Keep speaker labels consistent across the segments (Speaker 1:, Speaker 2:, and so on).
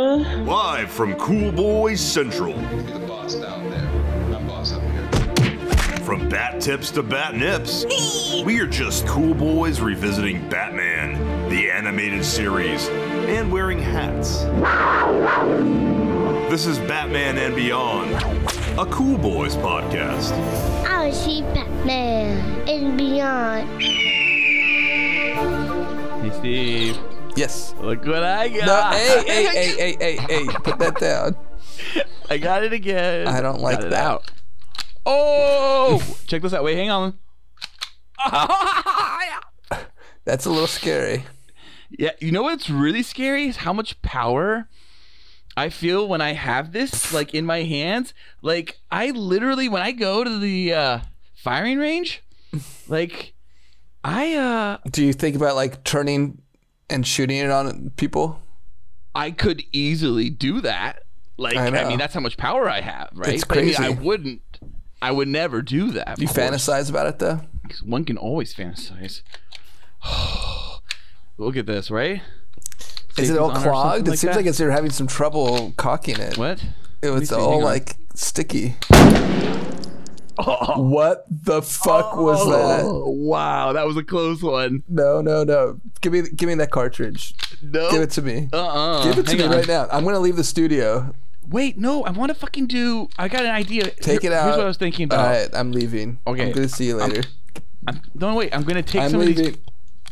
Speaker 1: Live from Cool Boys Central,
Speaker 2: You the boss down there. I'm boss up here.
Speaker 1: from bat tips to bat nips, we are just cool boys revisiting Batman, the animated series, and wearing hats. This is Batman and Beyond, a Cool Boys podcast.
Speaker 3: I see Oh, Batman and beyond.
Speaker 4: Hey Steve,
Speaker 5: Yes.
Speaker 4: look what I
Speaker 5: No,
Speaker 4: got!
Speaker 5: hey, hey, hey, hey, hey, hey, put that down.
Speaker 4: I got it again.
Speaker 5: I don't like
Speaker 4: Got it
Speaker 5: that.
Speaker 4: out. Oh, check this out. Wait, hang on.
Speaker 5: That's a little scary.
Speaker 4: Yeah, you know what's really scary is how much power I feel when I have this like in my hands. Like I literally when I go to the uh, firing range, like I uh
Speaker 5: Do you think about like turning and shooting it on people?
Speaker 4: I could easily do that. Like
Speaker 5: I
Speaker 4: I,
Speaker 5: know.
Speaker 4: mean that's how much power I have, right?
Speaker 5: It's
Speaker 4: But I mean, I,
Speaker 5: crazy.
Speaker 4: wouldn't. I would never do that.
Speaker 5: Do you
Speaker 4: of course.
Speaker 5: fantasize about it though?
Speaker 4: One can always fantasize. Look at this, right?
Speaker 5: Is it
Speaker 4: Satan's honor
Speaker 5: all
Speaker 4: or
Speaker 5: clogged?
Speaker 4: something
Speaker 5: It
Speaker 4: like
Speaker 5: seems
Speaker 4: that?
Speaker 5: like it's you're having some trouble caulking it.
Speaker 4: What?
Speaker 5: It was
Speaker 4: see, hang
Speaker 5: all
Speaker 4: on.
Speaker 5: like sticky. What the fuck was that?
Speaker 4: Oh, wow, that was a close one.
Speaker 5: No, no, no. Give me give me that cartridge.
Speaker 4: No.
Speaker 5: Give it to me.
Speaker 4: Uh-uh.
Speaker 5: Give it to
Speaker 4: Hang on.
Speaker 5: me right now. I'm gonna leave the studio.
Speaker 4: Wait, no, I want to fucking do. I got an idea.
Speaker 5: Take
Speaker 4: Here-
Speaker 5: it out.
Speaker 4: Here's what I was thinking about.
Speaker 5: All right, I'm leaving.
Speaker 4: Okay.
Speaker 5: I'm gonna see you later.
Speaker 4: I'm, no, wait, I'm gonna take
Speaker 5: I'm,
Speaker 4: some of
Speaker 5: leaving.
Speaker 4: these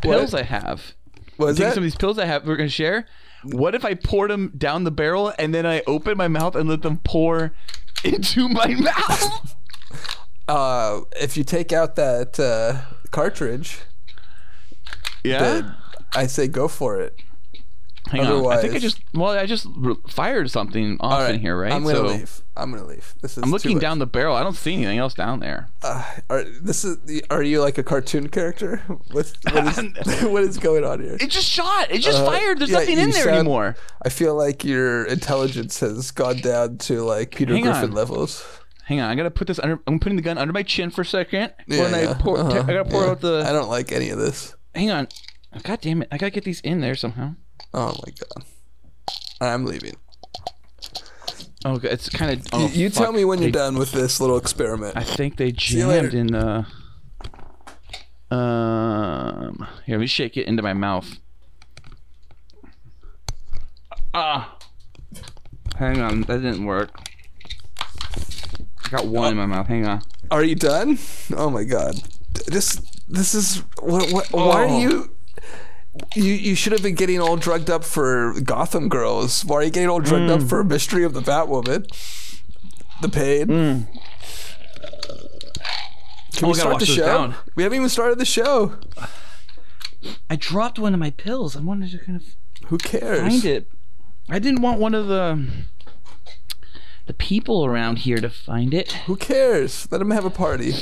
Speaker 4: pills
Speaker 5: What?
Speaker 4: I have.
Speaker 5: Was
Speaker 4: Take
Speaker 5: that?
Speaker 4: some of these pills I have. We're gonna share. What if I poured them down the barrel and then I open my mouth and let them pour into my mouth?
Speaker 5: uh, if you take out that uh, cartridge,
Speaker 4: yeah.
Speaker 5: then I say go for it.
Speaker 4: Hang on. I think I
Speaker 5: Otherwise-
Speaker 4: just well, I just re- fired something off in here, right?
Speaker 5: I'm gonna
Speaker 4: so
Speaker 5: leave. I'm gonna leave. This is. Uh,
Speaker 4: I'm looking down the barrel. I don't see anything else down there.
Speaker 5: Are, this is. the- Are you like a cartoon character? What's, what is what is going on here?
Speaker 4: It just shot. It just
Speaker 5: Uh,
Speaker 4: fired. There's
Speaker 5: yeah,
Speaker 4: nothing in
Speaker 5: you
Speaker 4: there
Speaker 5: sound-
Speaker 4: anymore.
Speaker 5: I feel like your intelligence has gone down to like Peter
Speaker 4: Hang
Speaker 5: Griffin
Speaker 4: on.
Speaker 5: levels.
Speaker 4: Hang on. I gotta put this under. I'm putting the gun under my chin for a second.
Speaker 5: Yeah,
Speaker 4: when I
Speaker 5: yeah,
Speaker 4: pour,
Speaker 5: uh-huh,
Speaker 4: I gotta pour
Speaker 5: yeah.
Speaker 4: out the.
Speaker 5: I don't like any of this.
Speaker 4: Hang on. Oh, God damn it. I gotta get these in there somehow.
Speaker 5: Oh my god. I'm leaving.
Speaker 4: Oh, God, it's kind of. Oh,
Speaker 5: you you tell
Speaker 4: fuck.
Speaker 5: me when you're
Speaker 4: They-
Speaker 5: done with this little experiment.
Speaker 4: I think they
Speaker 5: you later.
Speaker 4: jammed in the. Um. Here, let me shake it into my mouth. Ah. Hang on, that didn't work. I got one in my mouth. Hang on.
Speaker 5: Are you done? Oh my god. This this is what, what
Speaker 4: Oh.
Speaker 5: why are you you you should have been getting all drugged up for Gotham Girls. Why are you getting all drugged
Speaker 4: Mm.
Speaker 5: up for Mystery of the Batwoman? The pain. Can
Speaker 4: Oh,
Speaker 5: we
Speaker 4: I Mm. Oh, gotta
Speaker 5: start
Speaker 4: wash
Speaker 5: the
Speaker 4: this
Speaker 5: show?
Speaker 4: down.
Speaker 5: We haven't even started the show.
Speaker 4: I dropped one of my pills. I wanted to kind of
Speaker 5: Who cares?
Speaker 4: find it. I didn't want one of the the people around here to find it.
Speaker 5: Who cares? Let him have a party.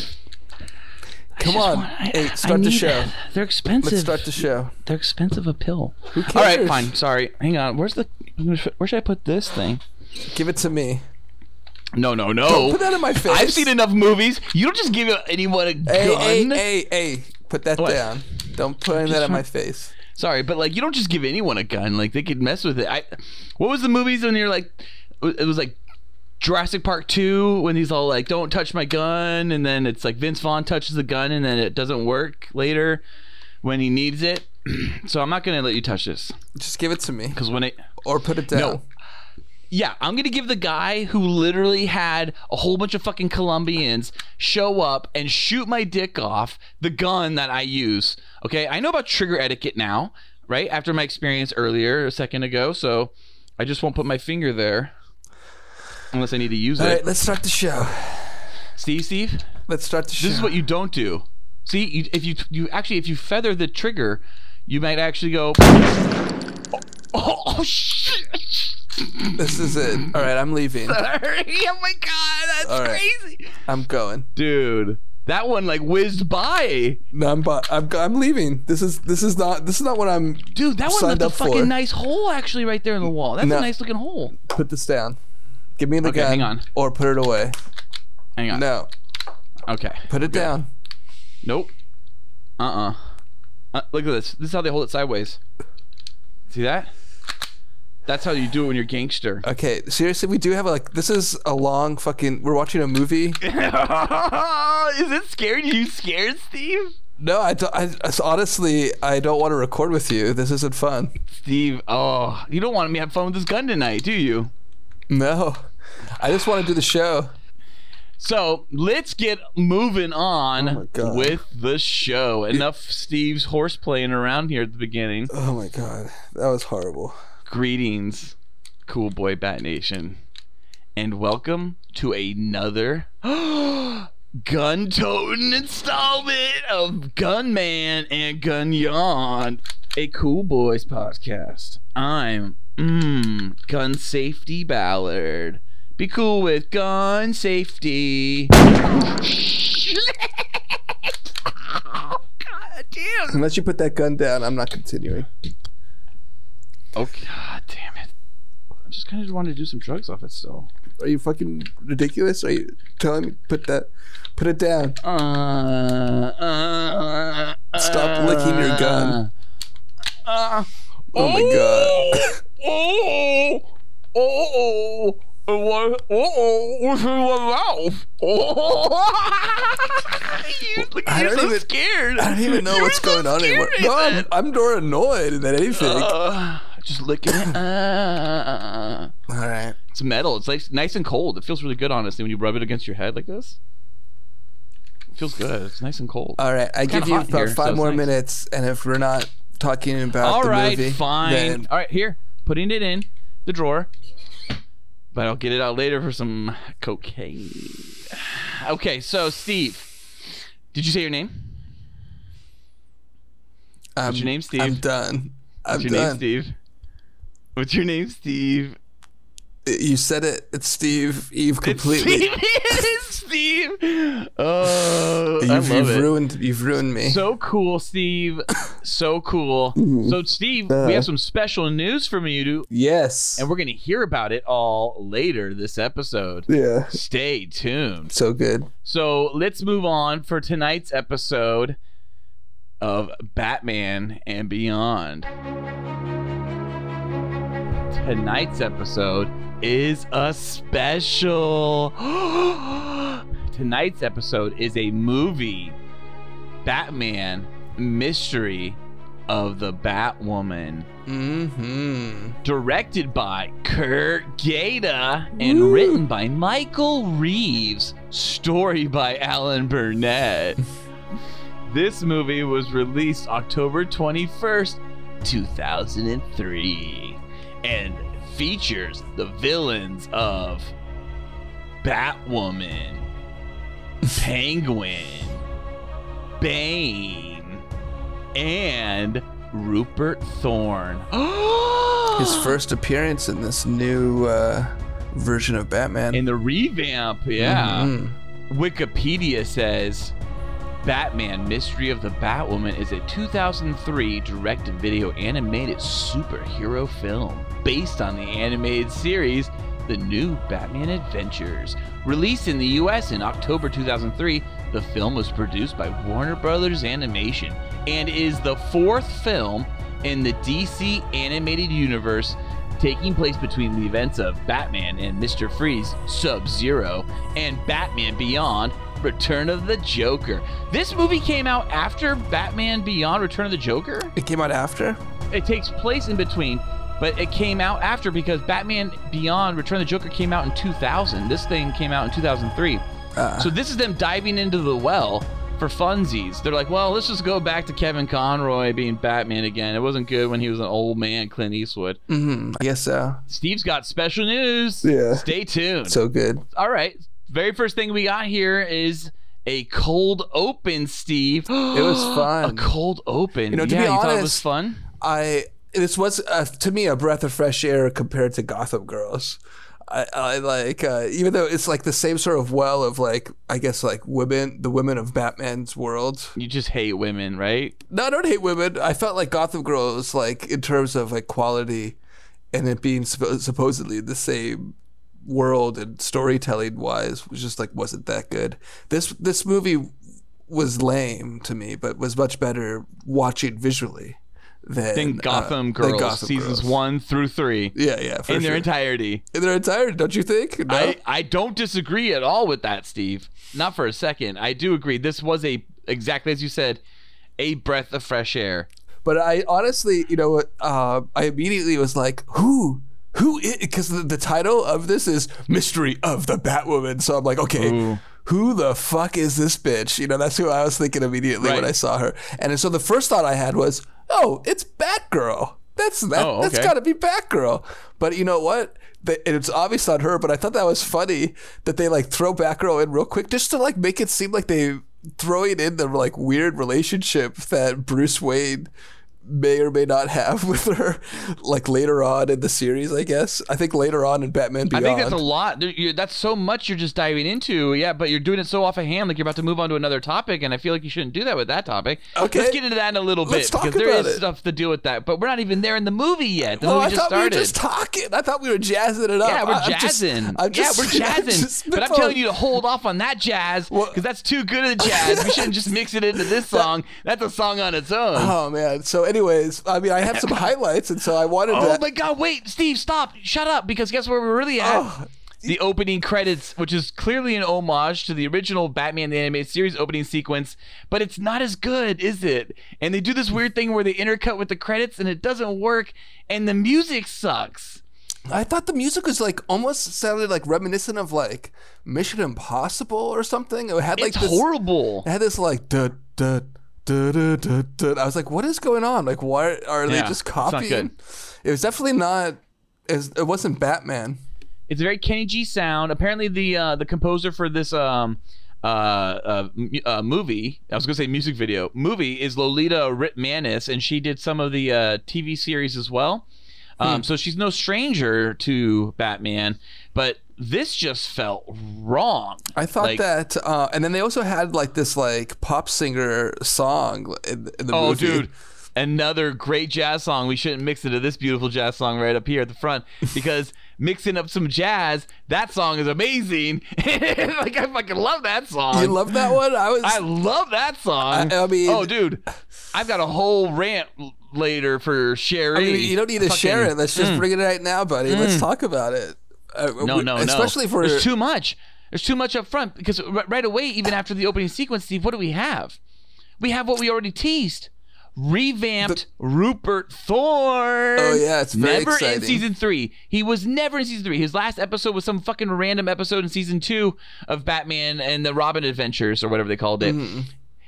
Speaker 5: Come
Speaker 4: Just
Speaker 5: on.
Speaker 4: want- I-
Speaker 5: hey,
Speaker 4: I
Speaker 5: start the
Speaker 4: need-
Speaker 5: show.
Speaker 4: They're expensive.
Speaker 5: Let's start the show.
Speaker 4: They're expensive a pill.
Speaker 5: Who cares?
Speaker 4: All right, fine. Sorry. Hang on. Where's the? Where should I put this thing?
Speaker 5: Give it to me.
Speaker 4: No, no, no.
Speaker 5: Put that in my face.
Speaker 4: Oh. I've seen enough movies. You don't just give anyone a
Speaker 5: Hey,
Speaker 4: gun.
Speaker 5: hey, hey, hey, put that
Speaker 4: What?
Speaker 5: down. Don't put that in
Speaker 4: trying-
Speaker 5: my face.
Speaker 4: Sorry, but like you don't just give anyone a gun. Like they could mess with it. I. What was the movies when you're like, it was like. Jurassic Park 2 when he's all like don't touch my gun and then it's like Vince Vaughn touches the gun and then it doesn't work later when he needs it. so I'm not going to let you touch this
Speaker 5: Just give it to me
Speaker 4: cuz when it
Speaker 5: or put it down.
Speaker 4: No. Yeah, I'm gonna give the guy who literally had a whole bunch of fucking Colombians show up and shoot my dick off the gun that I use. Okay, I know about trigger etiquette now, right? After my experience earlier a second ago, so I just won't put my finger there unless I need to use
Speaker 5: All
Speaker 4: it.
Speaker 5: right, let's start the show.
Speaker 4: Steve, Steve, this
Speaker 5: Let's start the show.
Speaker 4: is what you don't do. See, you, if you you actually if you feather the trigger, you might actually go. Oh, oh, oh shit!
Speaker 5: this is it. All right, I'm leaving.
Speaker 4: Oh my god, that's
Speaker 5: All right.
Speaker 4: crazy.
Speaker 5: I'm going.
Speaker 4: Dude, that one like whizzed by.
Speaker 5: No, I'm, bu- I'm go- I'm leaving. This is this is not this is not what I'm.
Speaker 4: Dude, that one
Speaker 5: Signed
Speaker 4: left a
Speaker 5: up for.
Speaker 4: fucking nice hole actually right there in the wall. That's
Speaker 5: No.
Speaker 4: a nice looking hole.
Speaker 5: Put this down. Give me the
Speaker 4: Okay,
Speaker 5: gun
Speaker 4: hang on.
Speaker 5: or put it away.
Speaker 4: Hang on.
Speaker 5: No,
Speaker 4: Okay.
Speaker 5: put it down.
Speaker 4: Nope. Uh-uh. Uh Look at this. This is how they hold it sideways. See that? That's how you do it when you're gangster.
Speaker 5: Okay, seriously, we do have like this is a long fucking. We're watching a movie.
Speaker 4: Is it scared? You scared, Steve?
Speaker 5: No, I, don't, I I- honestly I don't want to record with you. This isn't fun.
Speaker 4: Steve, oh, you don't want me to have fun with this gun tonight, do you?
Speaker 5: No, I just want to do the show.
Speaker 4: So let's get moving on
Speaker 5: God.
Speaker 4: with the show. Enough Steve's horse playing around here at the beginning.
Speaker 5: Oh my god, that was horrible.
Speaker 4: Greetings, cool boy Bat Nation, and welcome to another gun toting installment of Gunman and Gun Yawn, a cool boys podcast. I'm mm, Gun Safety Ballard. Be cool with gun safety. God damn.
Speaker 5: Unless you put that gun down, I'm not continuing.
Speaker 4: Okay. God damn it. I just kind of wanted to do some drugs off it still.
Speaker 5: Are you fucking ridiculous? Are you telling me put that, put it down?
Speaker 4: Uh, uh,
Speaker 5: Stop licking your gun.
Speaker 4: Uh,
Speaker 5: Oh my god.
Speaker 4: oh, oh, oh, oh, what, oh, oh, what's in my mouth? Oh. you, look,
Speaker 5: I
Speaker 4: you're
Speaker 5: don't
Speaker 4: so
Speaker 5: even-
Speaker 4: scared.
Speaker 5: I don't even know
Speaker 4: You were
Speaker 5: what's
Speaker 4: so
Speaker 5: going on
Speaker 4: scared
Speaker 5: anymore.
Speaker 4: right
Speaker 5: No, I'm,
Speaker 4: then.
Speaker 5: I'm more annoyed than anything.
Speaker 4: Uh, just licking it. Uh,
Speaker 5: All right.
Speaker 4: it's metal. It's nice, nice and cold. It feels really good, honestly, when you rub it against your head like this. It feels good. It's nice and cold.
Speaker 5: All right, I
Speaker 4: kinda
Speaker 5: give you
Speaker 4: hot
Speaker 5: about
Speaker 4: here, so
Speaker 5: five
Speaker 4: it's
Speaker 5: more
Speaker 4: nice.
Speaker 5: minutes, and if we're not talking about
Speaker 4: All
Speaker 5: the
Speaker 4: right,
Speaker 5: movie,
Speaker 4: fine.
Speaker 5: then
Speaker 4: All right, here, putting it in the drawer. But I'll get it out later for some cocaine. Okay, so Steve, did you say your name?
Speaker 5: I'm,
Speaker 4: your name, Steve?
Speaker 5: I'm done. I'm
Speaker 4: What's your
Speaker 5: done.
Speaker 4: name, Steve? What's your name, Steve?
Speaker 5: You said it. It's Steve. Eve
Speaker 4: It's
Speaker 5: completely.
Speaker 4: Steve. It is Steve. Oh,
Speaker 5: You've,
Speaker 4: I love
Speaker 5: you've
Speaker 4: it.
Speaker 5: ruined. You've ruined me.
Speaker 4: So cool, Steve. So cool. So, Steve,
Speaker 5: Uh.
Speaker 4: we have some special news from you, to,
Speaker 5: yes.
Speaker 4: and we're going to hear about it all later this episode.
Speaker 5: yeah.
Speaker 4: Stay tuned.
Speaker 5: So good.
Speaker 4: So let's move on for tonight's episode of Batman and Beyond. Tonight's episode is a special. Tonight's episode is a movie Batman Mystery of the Batwoman
Speaker 5: Mm-hmm.
Speaker 4: directed by Kurt Gaeta and written by Michael Reeves, story by Alan Burnett. this movie was released October 21st, 2003, and features the villains of Batwoman, Penguin, Bane, and Rupert Thorne.
Speaker 5: His first appearance in this new uh, version of Batman.
Speaker 4: In the revamp, yeah.
Speaker 5: Mhm.
Speaker 4: Wikipedia says Batman Mystery of the Batwoman is a 2003 direct to video animated superhero film based on the animated series The New Batman Adventures. Released in the US in October 2003, the film was produced by Warner Brothers Animation and is the fourth film in the DC animated universe taking place between the events of Batman and Mr. Freeze, Sub Zero, and Batman Beyond Return of the Joker. This movie came out after Batman Beyond Return of the Joker?
Speaker 5: It came out after.
Speaker 4: It takes place in between, but it came out after because Batman Beyond Return of the Joker came out in 2000. This thing came out in 2003.
Speaker 5: Ah.
Speaker 4: So this is them diving into the well for funsies. They're like, well, let's just go back to Kevin Conroy being Batman again. It wasn't good when he was an old man, Clint Eastwood.
Speaker 5: Mm-hmm. I guess so.
Speaker 4: Steve's got special news.
Speaker 5: Yeah.
Speaker 4: Stay tuned.
Speaker 5: So good.
Speaker 4: All right. Very first thing we got here is a cold open, Steve. it was
Speaker 5: fun.
Speaker 4: A cold open.
Speaker 5: You know, to
Speaker 4: yeah,
Speaker 5: be
Speaker 4: you thought it was
Speaker 5: honest-
Speaker 4: fun?
Speaker 5: I this was uh, to me a breath of fresh air compared to Gotham Girls. I, I like uh, even though it's like the same sort of well of like I guess like women the women of Batman's world.
Speaker 4: You just hate women, right?
Speaker 5: No, I don't hate women. I felt like Gotham Girls like in terms of like quality and it being suppo- supposedly the same world and storytelling wise was just like wasn't that good. This this movie was lame to me, but was much better watching visually than,
Speaker 4: Then
Speaker 5: uh,
Speaker 4: Gotham
Speaker 5: than
Speaker 4: Girls
Speaker 5: Gotham
Speaker 4: seasons
Speaker 5: Girls.
Speaker 4: one through three
Speaker 5: Yeah, yeah, for
Speaker 4: in
Speaker 5: sure.
Speaker 4: their entirety.
Speaker 5: in their entirety, don't you think? No?
Speaker 4: I, I don't disagree at all with that, Steve. Not for a second. I do agree. This was a exactly as you said, a breath of fresh air.
Speaker 5: But I honestly, you know, what, uh, I immediately was like, who? Who? Because the, the title of this is Mystery of the Batwoman. So I'm like, okay,
Speaker 4: Ooh.
Speaker 5: who the fuck is this bitch? You know, that's who I was thinking immediately when
Speaker 4: Right.
Speaker 5: I saw her. And so the first thought I had was, oh, it's Batgirl. That's that,
Speaker 4: Oh,
Speaker 5: that's
Speaker 4: okay.
Speaker 5: got to be Batgirl. But you know what? The- and It's obvious on her, but I thought that was funny that they like throw Batgirl in real quick just to like make it seem like they throwing in the like weird relationship that Bruce Wayne may or may not have with her like later on in the series I guess I think later on in Batman
Speaker 4: I
Speaker 5: Beyond
Speaker 4: think that's a lot. There- you- That's so much you're just diving into. Yeah, but you're doing it so off of hand, like you're about to move on to another topic, and I feel like you shouldn't do that with that topic.
Speaker 5: Okay.
Speaker 4: Let's get into that in a little bit
Speaker 5: Let's talk
Speaker 4: because there
Speaker 5: about
Speaker 4: is
Speaker 5: it.
Speaker 4: stuff to do with that. But we're not even there in the movie yet. The
Speaker 5: Oh,
Speaker 4: movie
Speaker 5: I
Speaker 4: just
Speaker 5: thought
Speaker 4: started.
Speaker 5: we were just talking. I thought we were jazzing it up.
Speaker 4: yeah, we're
Speaker 5: I- I'm just-
Speaker 4: jazzing.
Speaker 5: I'm just-
Speaker 4: yeah, we're jazzing.
Speaker 5: just
Speaker 4: but I'm
Speaker 5: spitballing.
Speaker 4: telling you to hold off on that jazz
Speaker 5: Well-
Speaker 4: because that's too good of the jazz. we shouldn't just mix it into this song. That's a song on its own.
Speaker 5: Oh man. So, anyways, I mean, I have some highlights, and so I wanted
Speaker 4: Oh
Speaker 5: to.
Speaker 4: my God! Wait, Steve, stop! Shut up! Because guess where we're really at?
Speaker 5: Oh.
Speaker 4: The opening credits, which is clearly an homage to the original Batman the Animated Series opening sequence, but it's not as good, is it? And they do this weird thing where they intercut with the credits, and it doesn't work, and the music sucks.
Speaker 5: I thought the music was like almost sounded like reminiscent of like Mission Impossible or something. It had like
Speaker 4: It's
Speaker 5: this,
Speaker 4: horrible.
Speaker 5: It had this like duh, duh, duh, duh, duh, duh. I was like, what is going on? Like, why are they
Speaker 4: Yeah,
Speaker 5: just
Speaker 4: it's not
Speaker 5: copying?
Speaker 4: good.
Speaker 5: It was definitely not. It, was, it wasn't Batman.
Speaker 4: It's a very Kenny G sound. Apparently, the uh, the composer for this um, uh, uh, mu- uh, movie, I was gonna say music video, movie is Lolita Ritmanis, and she did some of the uh, TV series as well.
Speaker 5: Hmm.
Speaker 4: Um, So she's no stranger to Batman, but this just felt wrong.
Speaker 5: I thought
Speaker 4: Like-
Speaker 5: that, uh, and then they also had like this like pop singer song in, in the
Speaker 4: Oh,
Speaker 5: movie.
Speaker 4: dude. Another great jazz song. We shouldn't mix into this beautiful jazz song right up here at the front because mixing up some jazz, that song is amazing. like I fucking love that song.
Speaker 5: You love that one? I was.
Speaker 4: I love that song.
Speaker 5: I- I mean-
Speaker 4: oh, dude, I've got a whole rant l- later for Sherry.
Speaker 5: I mean, you don't need to
Speaker 4: Fucking- mm.
Speaker 5: share it. Let's just bring it right now, buddy. Let's talk about it. Uh,
Speaker 4: No,
Speaker 5: we-
Speaker 4: no, no.
Speaker 5: especially for
Speaker 4: there's too much. There's too much up front because r- right away, even after the opening sequence, Steve, what do we have? We have what we already teased. Revamped Rupert Thorne.
Speaker 5: Oh, yeah, it's very
Speaker 4: never in
Speaker 5: exciting.
Speaker 4: season three. He was never in season three. His last episode was some fucking random episode in season two of Batman and the Robin Adventures or whatever they called it.
Speaker 5: Mm-hmm.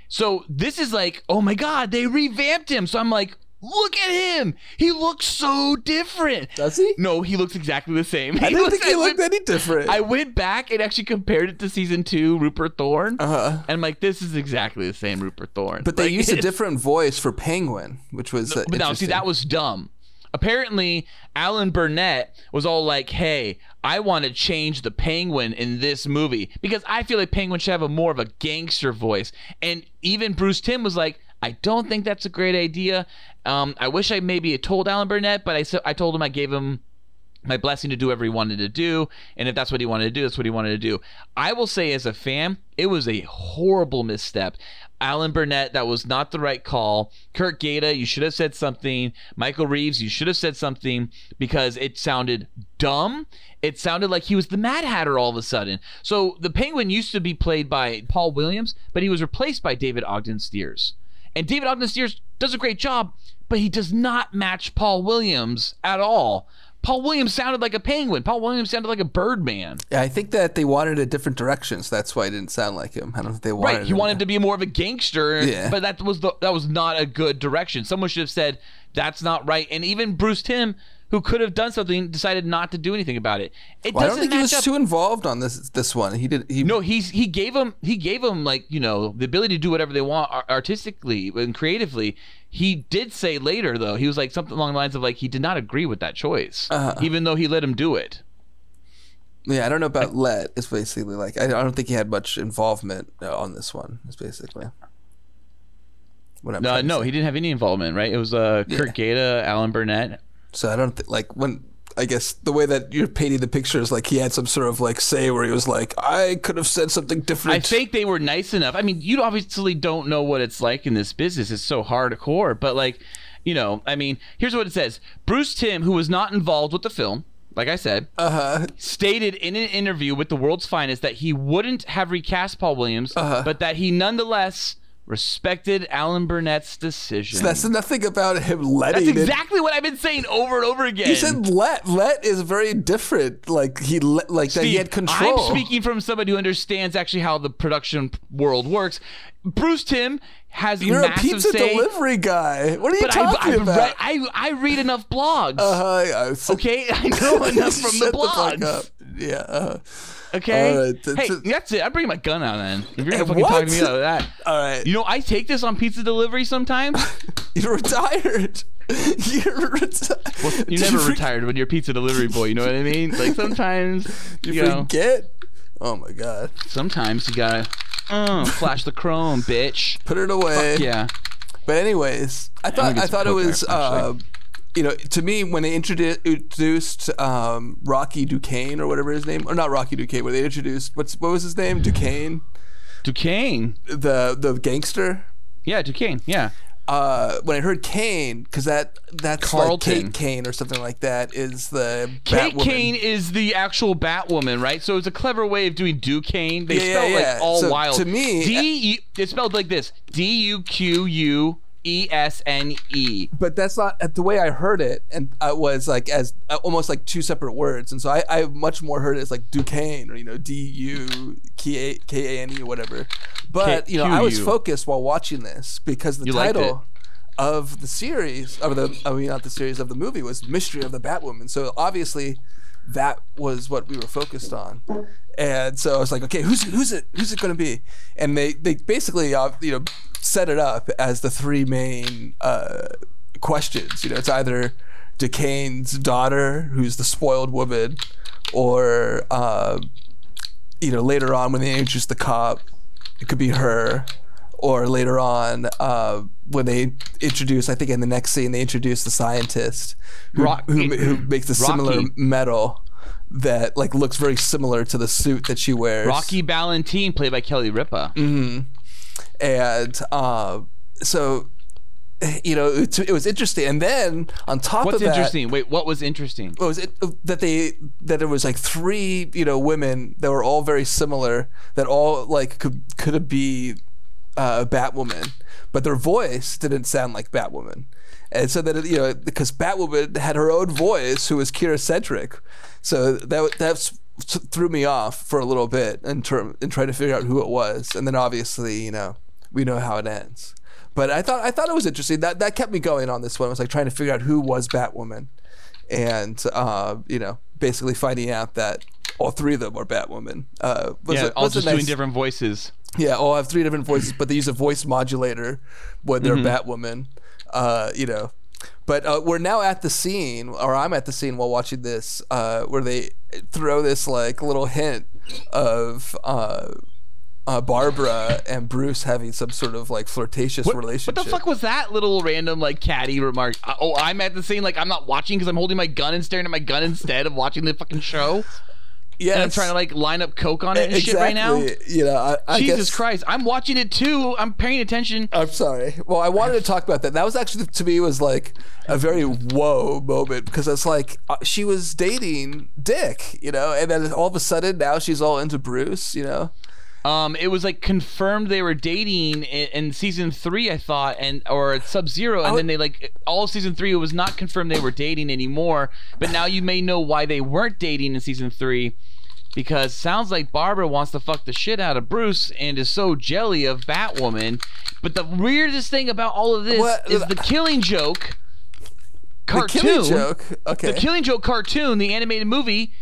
Speaker 4: So this is like, oh my god, they revamped him. So I'm like, look at him. He looks so different.
Speaker 5: Does he?
Speaker 4: No, he looks exactly the same.
Speaker 5: I didn't think he looked any different.
Speaker 4: I went back and actually compared it to season two, Rupert Thorne,
Speaker 5: uh,
Speaker 4: and I'm like, this is exactly the same Rupert Thorne.
Speaker 5: but they
Speaker 4: Like,
Speaker 5: used a
Speaker 4: it's-
Speaker 5: different voice for Penguin, which was uh,
Speaker 4: But now, see,
Speaker 5: interesting.
Speaker 4: that was dumb. Apparently, Alan Burnett was all like, "Hey, I want to change the Penguin in this movie because I feel like Penguin should have a more of a gangster voice." And even Bruce Tim was like, "I don't think that's a great idea. Um, I wish I maybe had told Alan Burnett, but I s- I told him I gave him." my blessing to do whatever he wanted to do. And if that's what he wanted to do, that's what he wanted to do. I will say, as a fan, it was a horrible misstep. Alan Burnett, that was not the right call. Kurt Gata, you should have said something. Michael Reeves, you should have said something because it sounded dumb. It sounded like he was the Mad Hatter all of a sudden. So the Penguin used to be played by Paul Williams, but he was replaced by David Ogden Steers. And David Ogden Steers does a great job, but he does not match Paul Williams at all. Paul Williams sounded like a penguin. Paul Williams sounded like a birdman.
Speaker 5: Yeah, I think that they wanted a different direction, so that's why it didn't sound like him. I don't think they wanted.
Speaker 4: Right. He wanted to be more of a gangster,
Speaker 5: Yeah.
Speaker 4: but that was the, that was not a good direction. Someone should have said that's not right. And even Bruce Tim, who could have done something, decided not to do anything about it. It
Speaker 5: Well, I don't
Speaker 4: doesn't
Speaker 5: think he
Speaker 4: match
Speaker 5: was
Speaker 4: up.
Speaker 5: too involved on this this one. He did. He
Speaker 4: No, he's he gave him he gave him like you know the ability to do whatever they want ar- artistically and creatively. He did say later though he was like something along the lines of like he did not agree with that choice,
Speaker 5: Uh-huh.
Speaker 4: even though he let him do it.
Speaker 5: Yeah, I don't know about let. It's basically like I, I don't think he had much involvement uh, on this one. It's basically what I'm.
Speaker 4: Uh,
Speaker 5: trying to
Speaker 4: no,
Speaker 5: say.
Speaker 4: he didn't have any involvement, right? It was uh, Kurt Gaeta, Alan Burnett.
Speaker 5: So I don't think like when I guess the way that you're painting the picture is like he had some sort of like say where he was like I could have said something different.
Speaker 4: I think they were nice enough. I mean, you obviously don't know what it's like in this business. It's so hardcore, but like, you know, I mean, here's what it says Bruce Tim, who was not involved with the film, like I said,
Speaker 5: Uh-huh.
Speaker 4: stated in an interview with the world's finest that he wouldn't have recast Paul Williams,
Speaker 5: Uh-huh.
Speaker 4: but that he nonetheless respected Alan Burnett's decision.
Speaker 5: That's nothing about him letting
Speaker 4: That's
Speaker 5: it-
Speaker 4: exactly what I've been saying over and over again.
Speaker 5: You said let. Let is very different. Like he let, like that he
Speaker 4: Steve,
Speaker 5: had control.
Speaker 4: I'm speaking from somebody who understands actually how the production world works. Bruce Tim has
Speaker 5: You're a
Speaker 4: massive
Speaker 5: pizza
Speaker 4: say,
Speaker 5: delivery guy. What are you
Speaker 4: but I, I,
Speaker 5: talking
Speaker 4: read,
Speaker 5: about?
Speaker 4: I I read enough blogs.
Speaker 5: uh, yeah, it's-
Speaker 4: Okay, I know enough from the
Speaker 5: Shut
Speaker 4: blogs.
Speaker 5: fuck up. Yeah. uh,
Speaker 4: Okay.
Speaker 5: All right, that's
Speaker 4: hey,
Speaker 5: it.
Speaker 4: that's it. I'm bringing my gun out then. If you're gonna
Speaker 5: Hey,
Speaker 4: fucking
Speaker 5: what?
Speaker 4: talk to me about that.
Speaker 5: all right.
Speaker 4: You know, I take this on pizza delivery sometimes.
Speaker 5: You're retired. You're retired.
Speaker 4: You never retired when you're a pizza delivery boy. You know what I mean? Like sometimes, you,
Speaker 5: You
Speaker 4: know,
Speaker 5: forget. Oh my god.
Speaker 4: sometimes you gotta uh, flash the chrome, bitch.
Speaker 5: Put it away.
Speaker 4: Yeah.
Speaker 5: But anyways, I
Speaker 4: gonna
Speaker 5: thought
Speaker 4: get
Speaker 5: I
Speaker 4: some
Speaker 5: thought it
Speaker 4: Coke
Speaker 5: was,
Speaker 4: Air,
Speaker 5: uh,
Speaker 4: actually.
Speaker 5: you know, to me when they introdu- introduced um, Rocky Duquesne or whatever his name, or not Rocky Duquesne, when they introduced what's what was his name, Duquesne,
Speaker 4: Duquesne.
Speaker 5: the the gangster.
Speaker 4: Yeah, Duquesne. Yeah.
Speaker 5: Uh, when I heard Kane, because that that's like
Speaker 4: Carlton.
Speaker 5: Kate Kane or something like that is the
Speaker 4: Kate
Speaker 5: Batwoman.
Speaker 4: Kane is the actual Batwoman, right? So it's a clever way of doing Duquesne. They
Speaker 5: Yeah, yeah,
Speaker 4: spell
Speaker 5: yeah.
Speaker 4: like all
Speaker 5: So
Speaker 4: wild.
Speaker 5: to me- uh,
Speaker 4: D E, it's spelled like this: D U Q U E S N E.
Speaker 5: but that's not uh, the way I heard it, and I was like as uh, almost like two separate words, and so I, I much more heard it as like Duquesne or you know D U K A K A N E or whatever. But
Speaker 4: K-
Speaker 5: you know I was
Speaker 4: Q U.
Speaker 5: focused while watching this because the
Speaker 4: You liked
Speaker 5: title of the series of the I mean not the series of the movie was Mystery of the Batwoman, so obviously that was what we were focused on. And so I was like, okay, who's who's it? Who's it going to be? And they they basically uh, you know set it up as the three main uh, questions. You know, it's either Duquesne's daughter, who's the spoiled woman, or uh, you know later on when they introduce the cop, it could be her. Or later on, uh, when they introduce, I think in the next scene they introduce the scientist who,
Speaker 4: Rock-
Speaker 5: who, who makes a similar
Speaker 4: Rocky.
Speaker 5: metal that like looks very similar to the suit that she wears.
Speaker 4: Rocky Ballantine, played by Kelly Ripa.
Speaker 5: Mm-hmm. and uh, so you know it, it was interesting. And then on top
Speaker 4: What's
Speaker 5: of that,
Speaker 4: interesting? Wait, what was interesting?
Speaker 5: what was it that they that it was like three you know women that were all very similar that all like could could be uh, Batwoman, but their voice didn't sound like Batwoman, and so that it, you know because Batwoman had her own voice who was Kira Cedric, so that that's threw me off for a little bit in term in trying to figure out who it was, and then obviously you know we know how it ends. But I thought I thought it was interesting. That that kept me going on this one. I was like trying to figure out who was Batwoman and uh, you know, basically finding out that all three of them are Batwoman. Uh, was
Speaker 4: Yeah,
Speaker 5: a-
Speaker 4: all
Speaker 5: was a
Speaker 4: just
Speaker 5: nice-
Speaker 4: doing different voices.
Speaker 5: Yeah, all have three different voices, but they use a voice modulator when they're
Speaker 4: Mm-hmm.
Speaker 5: Batwoman. Uh, you know, but uh, we're now at the scene, or I'm at the scene while watching this, uh, where they throw this like little hint of. Uh, uh, Barbara and Bruce having some sort of like flirtatious
Speaker 4: What
Speaker 5: relationship.
Speaker 4: the fuck was that little random like catty remark? Uh, Oh, I'm at the scene like I'm not watching because I'm holding my gun and staring at my gun instead of watching the fucking show.
Speaker 5: Yes.
Speaker 4: And I'm trying to like line up coke on it and
Speaker 5: exactly.
Speaker 4: shit right now.
Speaker 5: You know, I, I
Speaker 4: Jesus
Speaker 5: guess-
Speaker 4: Christ, I'm watching it too. I'm paying attention.
Speaker 5: I'm sorry. Well, I wanted to talk about that. That was actually to me was like a very whoa moment because it's like uh, she was dating Dick, you know, and then all of a sudden now she's all into Bruce, you know.
Speaker 4: Um, it was like confirmed they were dating in, in season three, I thought, and or Sub Zero, and
Speaker 5: would-
Speaker 4: then they like all of season three it was not confirmed they were dating anymore. But now you may know why they weren't dating in season three, because sounds like Barbara wants to fuck the shit out of Bruce and is so jelly of Batwoman. But the weirdest thing about all of this
Speaker 5: What-
Speaker 4: is the Killing Joke cartoon.
Speaker 5: uh, Killing joke. Okay,
Speaker 4: The Killing Joke cartoon, the animated movie.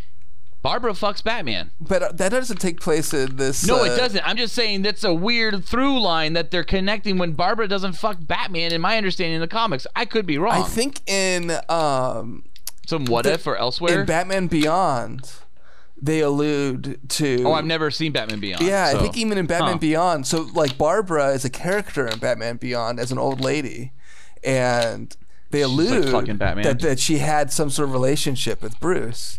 Speaker 4: Barbara fucks Batman.
Speaker 5: but uh, that doesn't take place in this.
Speaker 4: No,
Speaker 5: uh,
Speaker 4: it doesn't. I'm just saying that's a weird through line that they're connecting when Barbara doesn't fuck Batman, in my understanding of the comics. I could be wrong.
Speaker 5: I think in um
Speaker 4: Some what if or elsewhere.
Speaker 5: in Batman Beyond, they allude to.
Speaker 4: oh, I've never seen Batman Beyond.
Speaker 5: Yeah,
Speaker 4: so-
Speaker 5: I think even in Batman
Speaker 4: Huh.
Speaker 5: Beyond, so like Barbara is a character in Batman Beyond as an old lady, and they
Speaker 4: like
Speaker 5: allude
Speaker 4: fucking Batman.
Speaker 5: that that she had some sort of relationship with Bruce,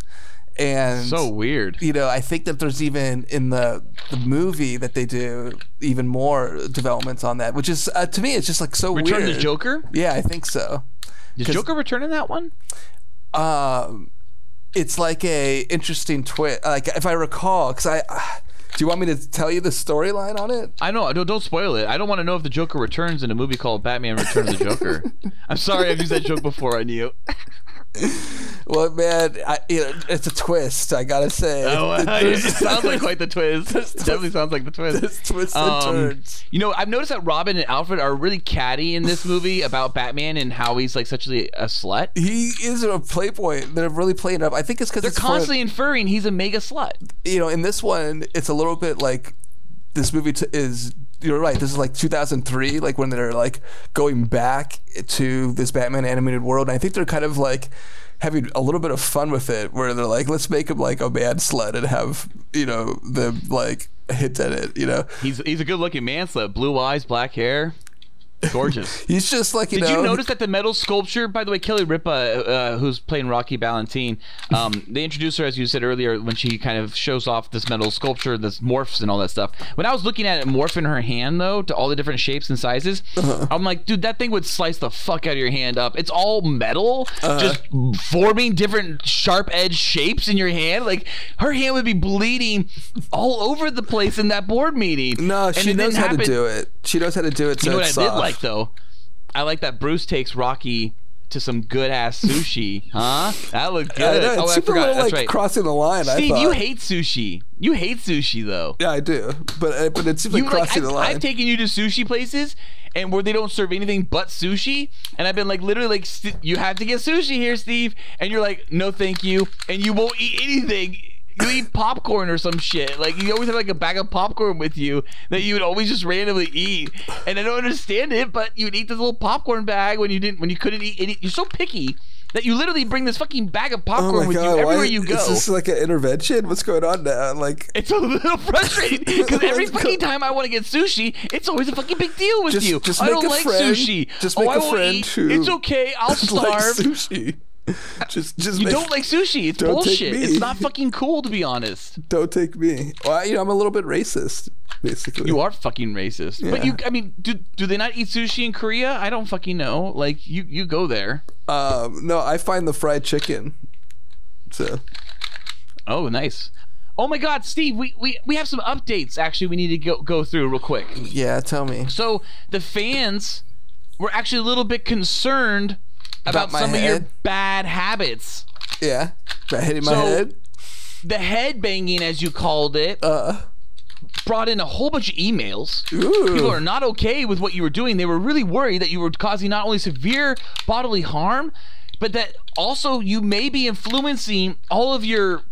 Speaker 5: and
Speaker 4: So weird.
Speaker 5: you know I think that there's even in the the movie that they do even more developments on that, which is uh, to me it's just like so
Speaker 4: Return
Speaker 5: weird.
Speaker 4: the Joker?
Speaker 5: Yeah, I think so.
Speaker 4: Does
Speaker 5: 'Cause-
Speaker 4: Joker return in that one?
Speaker 5: um, it's like a interesting twist. Like if I recall, because I uh, do you want me to tell you the storyline on it?
Speaker 4: I know. Don't, don't spoil it. I don't want to know if the Joker returns in a movie called Batman Return of the Joker. I'm sorry, I've used that joke before on you.
Speaker 5: Well, man, I, you know, it's a twist. I gotta say,
Speaker 4: Oh,
Speaker 5: It-
Speaker 4: wow. it
Speaker 5: there's-
Speaker 4: sounds like quite the twist. Definitely sounds like the twist.
Speaker 5: there's twists and
Speaker 4: Um,
Speaker 5: turns.
Speaker 4: You know, I've noticed that Robin and Alfred are really catty in this movie about Batman and how he's like such a, a slut.
Speaker 5: He is a playboy. They're really playing it up. I think it's because
Speaker 4: They're constantly inferring he's a mega slut.
Speaker 5: you know, in this one, it's a little bit like this movie t- is. You're right. This is like 2003, like when they're like going back to this Batman animated world. And I think they're kind of like having a little bit of fun with it, where they're like, let's make him like a man slut and have you know them like hint at it. You know,
Speaker 4: He's he's a good looking man slut. Blue eyes, black hair, gorgeous.
Speaker 5: he's just like you
Speaker 4: Did
Speaker 5: know.
Speaker 4: you notice that the metal sculpture? By the way, Kelly Ripa, uh, who's playing Rocky Ballantine, um, they introduced her as you said earlier when she kind of shows off this metal sculpture, this morphs and all that stuff. When I was looking at it morph in her hand though, to all the different shapes and sizes,
Speaker 5: Uh-huh.
Speaker 4: I'm like, dude, that thing would slice the fuck out of your hand up. It's all metal,
Speaker 5: Uh-huh.
Speaker 4: just forming different sharp edge shapes in your hand. Like her hand would be bleeding all over the place in that board meeting.
Speaker 5: No,
Speaker 4: And
Speaker 5: she
Speaker 4: it didn't
Speaker 5: knows how
Speaker 4: happen-
Speaker 5: to do it. She knows how to do it. So
Speaker 4: you know what
Speaker 5: it's
Speaker 4: I did
Speaker 5: soft.
Speaker 4: like though? I like that Bruce takes Rocky to some good ass sushi, huh? That looked
Speaker 5: I
Speaker 4: good.
Speaker 5: know, it's
Speaker 4: oh, I
Speaker 5: super
Speaker 4: forgot.
Speaker 5: little,
Speaker 4: That's
Speaker 5: like
Speaker 4: right.
Speaker 5: crossing the line. I
Speaker 4: Steve,
Speaker 5: thought.
Speaker 4: you hate sushi. You hate sushi though.
Speaker 5: Yeah, I do. But uh, but it seems like
Speaker 4: You like
Speaker 5: crossing
Speaker 4: I've,
Speaker 5: the line.
Speaker 4: I've taken you to sushi places and where they don't serve anything but sushi, and I've been like literally like "St- you have to get sushi here, Steve, and you're like no thank you, and you won't eat anything. You eat popcorn or some shit. Like you always have like a bag of popcorn with you that you would always just randomly eat, and I don't understand it. But you would eat this little popcorn bag when you didn't when you couldn't eat. Any, you're so picky that you literally bring this fucking bag of
Speaker 5: Oh
Speaker 4: popcorn
Speaker 5: my
Speaker 4: with
Speaker 5: god!
Speaker 4: you
Speaker 5: why-
Speaker 4: everywhere you go.
Speaker 5: Is this like an intervention? What's going on now? Like,
Speaker 4: It's a little frustrating because every
Speaker 5: Let's go.
Speaker 4: fucking time I want to get sushi, it's always a fucking big deal with
Speaker 5: Just-
Speaker 4: you.
Speaker 5: just
Speaker 4: I
Speaker 5: make
Speaker 4: don't
Speaker 5: a
Speaker 4: like
Speaker 5: friend.
Speaker 4: sushi.
Speaker 5: Just
Speaker 4: Oh,
Speaker 5: make
Speaker 4: I
Speaker 5: a
Speaker 4: won't
Speaker 5: friend
Speaker 4: eat.
Speaker 5: who-
Speaker 4: It's okay. I'll
Speaker 5: like
Speaker 4: starve.
Speaker 5: sushi. Just just
Speaker 4: you
Speaker 5: make-
Speaker 4: don't like sushi. It's
Speaker 5: Don't take
Speaker 4: bullshit.
Speaker 5: me.
Speaker 4: It's not fucking cool to be honest.
Speaker 5: don't take me. Well, I, you know I'm a little bit racist, basically.
Speaker 4: You are fucking racist. But you,
Speaker 5: Yeah.
Speaker 4: I mean, do do they not eat sushi in Korea? I don't fucking know. Like you, you go there.
Speaker 5: Um, no, I find the fried chicken. So
Speaker 4: Oh, nice. Oh my God, Steve, we, we, we have some updates actually we need to go, go through real quick.
Speaker 5: yeah, tell me.
Speaker 4: So the fans were actually a little bit concerned about,
Speaker 5: About my
Speaker 4: some of your
Speaker 5: head?
Speaker 4: bad habits.
Speaker 5: Yeah, that hitting my
Speaker 4: So-
Speaker 5: head.
Speaker 4: The head banging, as you called it,
Speaker 5: Uh,
Speaker 4: brought in a whole bunch of emails.
Speaker 5: ooh.
Speaker 4: People are not okay with what you were doing. They were really worried that you were causing not only severe bodily harm, but that also you may be influencing all of your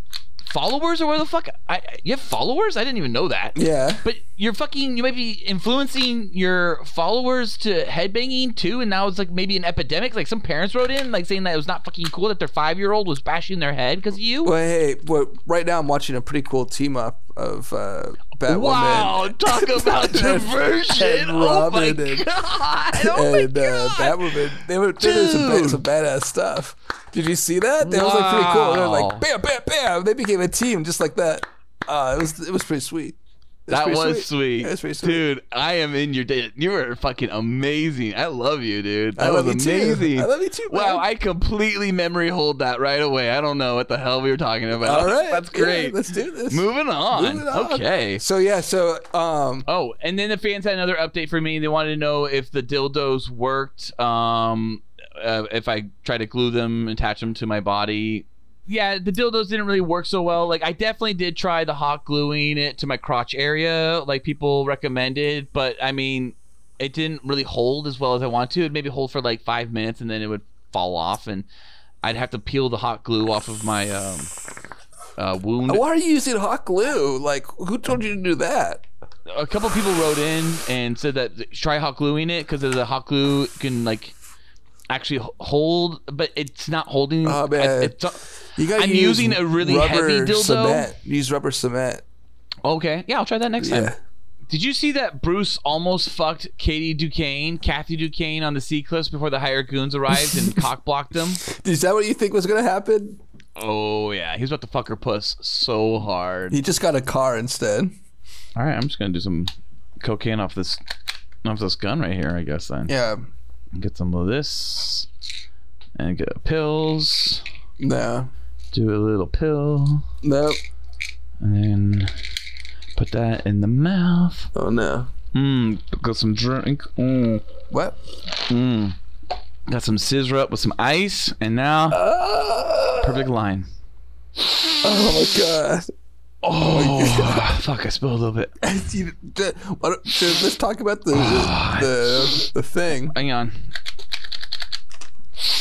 Speaker 4: followers or where the fuck I, I- you have followers? I didn't even know that.
Speaker 5: yeah.
Speaker 4: But you're fucking. You might be influencing your followers to headbanging too, and now it's like maybe an epidemic. Like some parents wrote in, like saying that it was not fucking cool that their five year old was bashing their head because of you.
Speaker 5: Well, hey, well, right now I'm watching a pretty cool team up of uh, Batwoman.
Speaker 4: Wow! Talk about diversion.
Speaker 5: and
Speaker 4: Oh my
Speaker 5: Robin and-
Speaker 4: god! Oh my
Speaker 5: and uh,
Speaker 4: god!
Speaker 5: Batwoman, they were they did some, bad,
Speaker 4: Dude.
Speaker 5: some badass stuff. Did you see that? That was like pretty cool. They were
Speaker 4: Wow.
Speaker 5: like bam, bam, bam. They became a team just like that. Uh, it was it was pretty sweet. It
Speaker 4: That
Speaker 5: pretty
Speaker 4: was sweet.
Speaker 5: It was pretty sweet.
Speaker 4: Dude, I am in your day. You are fucking amazing. I love you, dude. That
Speaker 5: I love
Speaker 4: was
Speaker 5: you too.
Speaker 4: amazing.
Speaker 5: I love you too,
Speaker 4: Wow,
Speaker 5: man.
Speaker 4: I completely memory hold that right away. I don't know what the hell we were talking about.
Speaker 5: All right,
Speaker 4: That's
Speaker 5: Yeah,
Speaker 4: great.
Speaker 5: let's do this.
Speaker 4: Moving on.
Speaker 5: Moving on.
Speaker 4: Okay.
Speaker 5: So yeah, so um,
Speaker 4: Oh, and then the fans had another update for me. They wanted to know if the dildos worked. Um, uh, if I tried to glue them, attach them to my body. Yeah, the dildos didn't really work so well. Like I definitely did try the hot gluing it to my crotch area, like people recommended. But I mean, it didn't really hold as well as I want to. It maybe hold for like five minutes and then it would fall off, and I'd have to peel the hot glue off of my um, uh, wound.
Speaker 5: why are you using hot glue? Like, who told you to do that?
Speaker 4: a couple people wrote in and said that th- try hot gluing it because the hot glue can like actually h- hold, but it's not holding.
Speaker 5: Oh, man.
Speaker 4: I- it's not-
Speaker 5: You gotta
Speaker 4: I'm
Speaker 5: use
Speaker 4: using a really
Speaker 5: rubber
Speaker 4: heavy dildo.
Speaker 5: Cement. Use rubber cement.
Speaker 4: okay, yeah, I'll try that next
Speaker 5: Yeah.
Speaker 4: time. Did you see that Bruce almost fucked Katie Duquesne, Kathy Duquesne, on the sea cliffs before the hired goons arrived and cock blocked them?
Speaker 5: Is that what you think was gonna happen?
Speaker 4: Oh yeah, he was about to fuck her puss so hard.
Speaker 5: He just got a car instead.
Speaker 4: All right, I'm just gonna do some cocaine off this off this gun right here, I guess. Then
Speaker 5: Yeah.
Speaker 4: get some of this. and go pills.
Speaker 5: No.
Speaker 4: Do a little pill
Speaker 5: Nope.
Speaker 4: and then put that in the mouth.
Speaker 5: Oh no.
Speaker 4: Mmm, got some drink. Mmm,
Speaker 5: What?
Speaker 4: mmm. Got some scissor up with some ice, and now perfect line.
Speaker 5: Oh my god.
Speaker 4: Oh, fuck! I spilled a little bit.
Speaker 5: You- d- why don't- dude, let's talk about the the the thing.
Speaker 4: Hang on.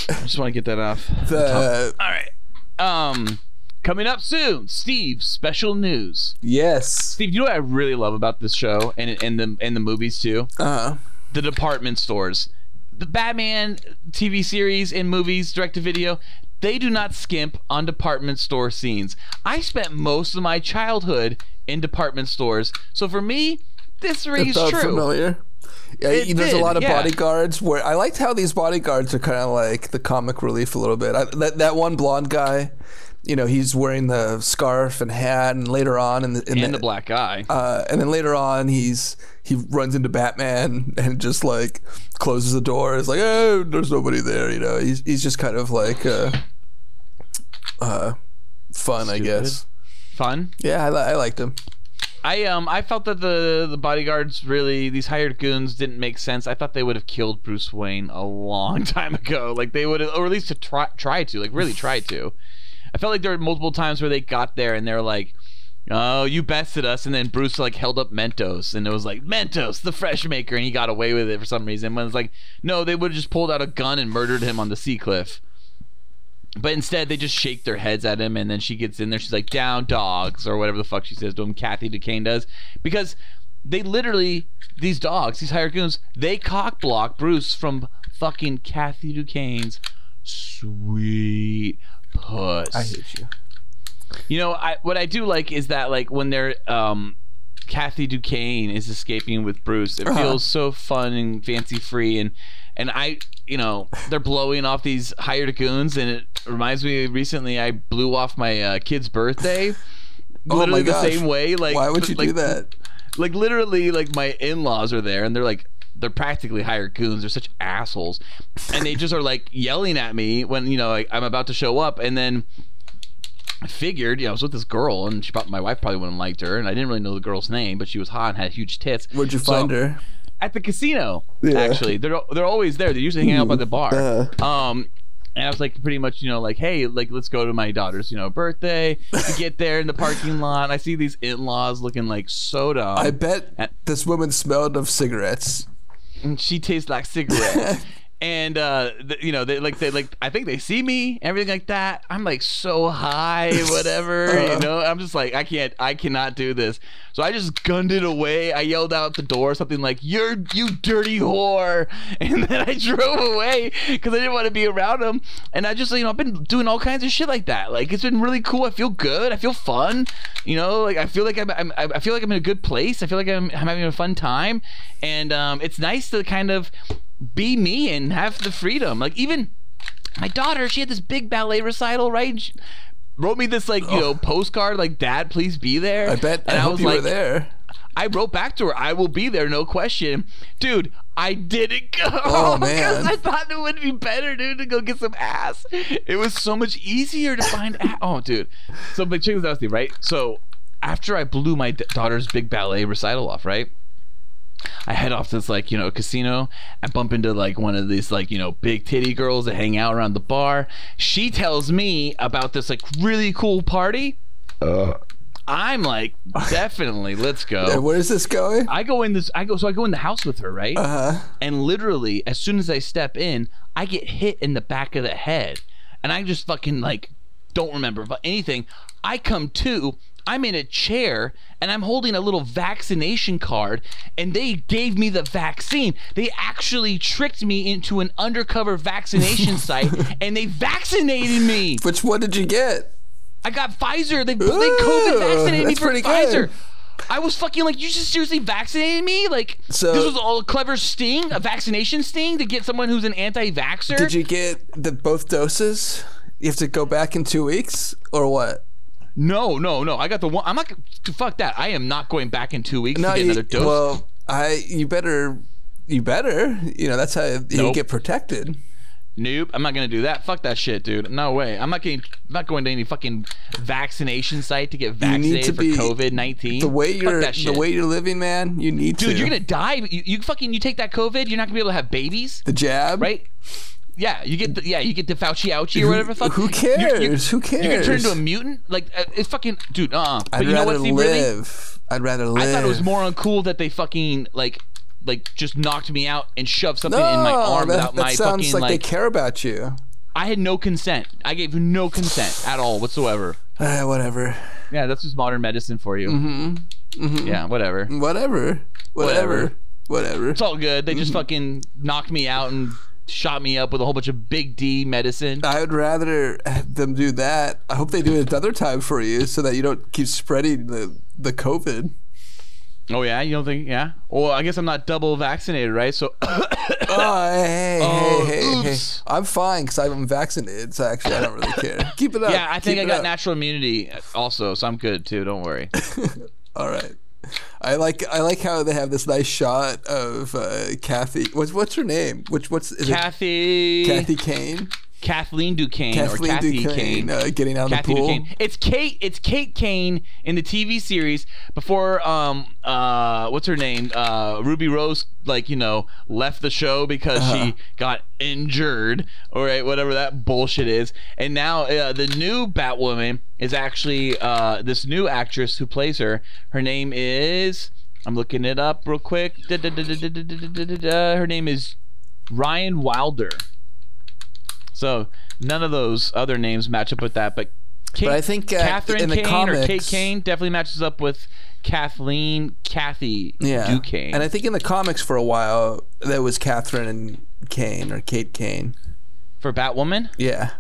Speaker 4: I just want to get that off.
Speaker 5: The
Speaker 4: All right. Um, coming up soon, Steve's special news.
Speaker 5: yes.
Speaker 4: Steve, you know what I really love about this show and and the and the movies too?
Speaker 5: Uh
Speaker 4: The department stores. The Batman TV series and movies, direct to video, they do not skimp on department store scenes. I spent most of my childhood in department stores, so for me, this rings
Speaker 5: felt
Speaker 4: true.
Speaker 5: familiar. Yeah,
Speaker 4: It
Speaker 5: you- there's
Speaker 4: did,
Speaker 5: a lot of
Speaker 4: yeah.
Speaker 5: bodyguards where I liked how these bodyguards are kind of like the comic relief a little bit. I, that that one blonde guy, you know, he's wearing the scarf and hat, and later on in the in
Speaker 4: And the black eye.
Speaker 5: uh, and then later on he's he runs into Batman and just like closes the door. It's like, oh, there's nobody there. You know, he's he's just kind of like uh, uh, fun, I guess.
Speaker 4: Fun.
Speaker 5: Yeah, I, li- I liked him.
Speaker 4: I um I felt that the the bodyguards really these hired goons didn't make sense. I thought they would have killed Bruce Wayne a long time ago. Like they would have, or at least to try try to like really try to. I felt like there were multiple times where they got there and they're like, "Oh, you bested us," and then Bruce like held up Mentos and it was like Mentos, the fresh maker, and he got away with it for some reason. When it's like, no, they would have just pulled out a gun and murdered him on the sea cliff. But instead, they just shake their heads at him, and then she gets in there. She's like, "Down dogs," or whatever the fuck she says to him. Kathy Duquesne does because they literally these dogs, these hired goons, they cock block Bruce from fucking Kathy Duquesne's sweet puss.
Speaker 5: you.
Speaker 4: You know, I what I do like is that like when they're um Kathy Duquesne is escaping with Bruce, it
Speaker 5: Uh-huh.
Speaker 4: feels so fun and fancy free and and I you know, they're blowing off these hired goons and it reminds me recently I blew off my uh, kid's birthday.
Speaker 5: Oh
Speaker 4: Literally
Speaker 5: my
Speaker 4: the
Speaker 5: gosh.
Speaker 4: same way. Like
Speaker 5: Why would you
Speaker 4: like,
Speaker 5: do that?
Speaker 4: Like literally like my in laws are there and they're like they're practically hired goons. They're such assholes, and they just are like yelling at me when you know like, I'm about to show up, and then I figured, you know, I was with this girl, and she probably, my wife probably wouldn't have liked her, and I didn't really know the girl's name, but she was hot and had huge tits.
Speaker 5: Where'd you
Speaker 4: So-
Speaker 5: find her?
Speaker 4: At the casino,
Speaker 5: Yeah.
Speaker 4: actually. They're they're always there. They usually hang out by the bar.
Speaker 5: Uh.
Speaker 4: Um, and I was like, pretty much, you know, like, hey, like, let's go to my daughter's, you know, birthday. We get there in the parking lot. I see these in-laws looking like soda.
Speaker 5: I
Speaker 4: Uh,
Speaker 5: bet this woman smelled of cigarettes.
Speaker 4: and she tastes like cigarettes. and uh, th- you know, they like they like I think they see me, everything like that. I'm like so high, whatever. you know, I'm just like I can't, I cannot do this. So I just gunned it away. I yelled out the door something like "You're you dirty whore," and then I drove away because I didn't want to be around him. And I just you know I've been doing all kinds of shit like that. Like it's been really cool. I feel good. I feel fun. You know, like I feel like I'm, I'm I feel like I'm in a good place. I feel like I'm, I'm having a fun time, and um, it's nice to kind of be me and have the freedom. Like even my daughter, she had this big ballet recital, right? And she wrote me this like you know postcard, like Dad, please be there.
Speaker 5: I bet. I, hope you were there.
Speaker 4: I wrote back to her, I will be there, no question. Dude, I didn't go.
Speaker 5: Oh, man.
Speaker 4: 'Cause I thought it would be better, dude, to go get some ass. It was so much easier to find ass. Oh, dude. So, but check this out, Steve, right? So, after I blew my d- daughter's big ballet recital off, right? I head off to this like you know casino. I bump into like one of these like you know big titty girls that hang out around the bar. She tells me about this like really cool party.
Speaker 5: Uh.
Speaker 4: I'm like definitely let's
Speaker 5: And
Speaker 4: go.
Speaker 5: where is this going?
Speaker 4: I go in this. I go so I go in the house with her right,
Speaker 5: Uh,
Speaker 4: and literally as soon as I step in, I get hit in the back of the head, and I just fucking like don't remember about anything. I come to. I'm in a chair and I'm holding a little vaccination card, and they gave me the vaccine. They actually tricked me into an undercover vaccination site and they vaccinated me.
Speaker 5: which one did you get?
Speaker 4: I got Pfizer. They, they COVID vaccinated me
Speaker 5: that's
Speaker 4: for
Speaker 5: pretty
Speaker 4: Pfizer.
Speaker 5: good.
Speaker 4: I was fucking like, you just seriously vaccinated me? Like,
Speaker 5: So-
Speaker 4: this was all a clever sting, a vaccination sting to get someone who's an anti-vaxxer.
Speaker 5: Did you get the both doses? You have to go back in two weeks or what?
Speaker 4: No, no, no. I got the one. I'm not. g- Fuck that. I am not going back in two weeks to get another dose.
Speaker 5: Well, I you better you better you know that's how you
Speaker 4: Nope.
Speaker 5: get protected.
Speaker 4: Nope, I'm not gonna do that. Fuck that shit, dude. No way. I'm not getting, I'm not going to any fucking vaccination site to get vaccinated
Speaker 5: to
Speaker 4: for
Speaker 5: be-
Speaker 4: COVID nineteen.
Speaker 5: The way
Speaker 4: Fuck
Speaker 5: you're
Speaker 4: that
Speaker 5: the
Speaker 4: shit.
Speaker 5: way you're living, man, you need to.
Speaker 4: dude, you're gonna die. You, you fucking, you take that COVID, you're not gonna be able to have babies,
Speaker 5: the jab,
Speaker 4: right? Yeah, you get the yeah, you get the Fauci ouchie or whatever. the Fuck.
Speaker 5: who
Speaker 4: You- you-
Speaker 5: cares? Who
Speaker 4: You can turn
Speaker 5: cares?
Speaker 4: into a mutant. Like uh, it's fucking dude. Uh. uh But
Speaker 5: I'd
Speaker 4: you know
Speaker 5: rather
Speaker 4: what, Steve? Really,
Speaker 5: live. I'd rather live.
Speaker 4: I thought it was more uncool that they fucking like like just knocked me out and shoved something
Speaker 5: no,
Speaker 4: in my arm
Speaker 5: that,
Speaker 4: without
Speaker 5: that
Speaker 4: my
Speaker 5: sounds
Speaker 4: fucking
Speaker 5: like,
Speaker 4: like,
Speaker 5: they care about you.
Speaker 4: I had no consent. I gave no consent at all whatsoever.
Speaker 5: Uh, whatever.
Speaker 4: Yeah, that's just modern medicine for you. Mm-hmm. Yeah, whatever.
Speaker 5: Mm-hmm. Whatever. Whatever. Whatever.
Speaker 4: It's all good. They just
Speaker 5: Mm-hmm.
Speaker 4: fucking knocked me out and shot me up with a whole bunch of big D medicine.
Speaker 5: I would rather have them do that. I hope they do it another time for you so that you don't keep spreading the, the COVID.
Speaker 4: Oh yeah, you don't think? Yeah. Well, I guess I'm not double vaccinated, right? So
Speaker 5: Oh, hey, hey,
Speaker 4: Oh,
Speaker 5: hey, hey, hey.
Speaker 4: oops.
Speaker 5: I'm fine because I'm vaccinated, so actually I don't really care. Keep it up.
Speaker 4: yeah, I think
Speaker 5: keep
Speaker 4: I
Speaker 5: it
Speaker 4: got
Speaker 5: up.
Speaker 4: natural immunity also, so I'm good too. Don't worry.
Speaker 5: All right. I like I like how they have this nice shot of uh, Kathy. What's what's her name? Which what's is
Speaker 4: Kathy,
Speaker 5: it Kathy Kane?
Speaker 4: Kathleen Duquesne
Speaker 5: Kathleen
Speaker 4: or Kathy
Speaker 5: Duquesne
Speaker 4: Kane.
Speaker 5: Uh, getting out of
Speaker 4: Kathy
Speaker 5: the pool.
Speaker 4: Duquesne. It's Kate. It's Kate Kane in the TV series before um uh what's her name uh Ruby Rose like you know left the show because
Speaker 5: Uh-huh.
Speaker 4: she got injured or right, whatever that bullshit is and now uh, the new Batwoman is actually uh this new actress who plays her her name is I'm looking it up real quick Da- da- da- da- da- da- da- da- da- da. her name is Ryan Wilder. So none of those other names match up with that, but, Kate,
Speaker 5: But I think, uh,
Speaker 4: Catherine
Speaker 5: in the
Speaker 4: Kane or Kate
Speaker 5: comics-
Speaker 4: Kane definitely matches up with Kathleen Kathy
Speaker 5: Yeah.
Speaker 4: Duquesne.
Speaker 5: And I think in the comics for a while that was Catherine and Kane or Kate Kane.
Speaker 4: for Batwoman,
Speaker 5: Yeah.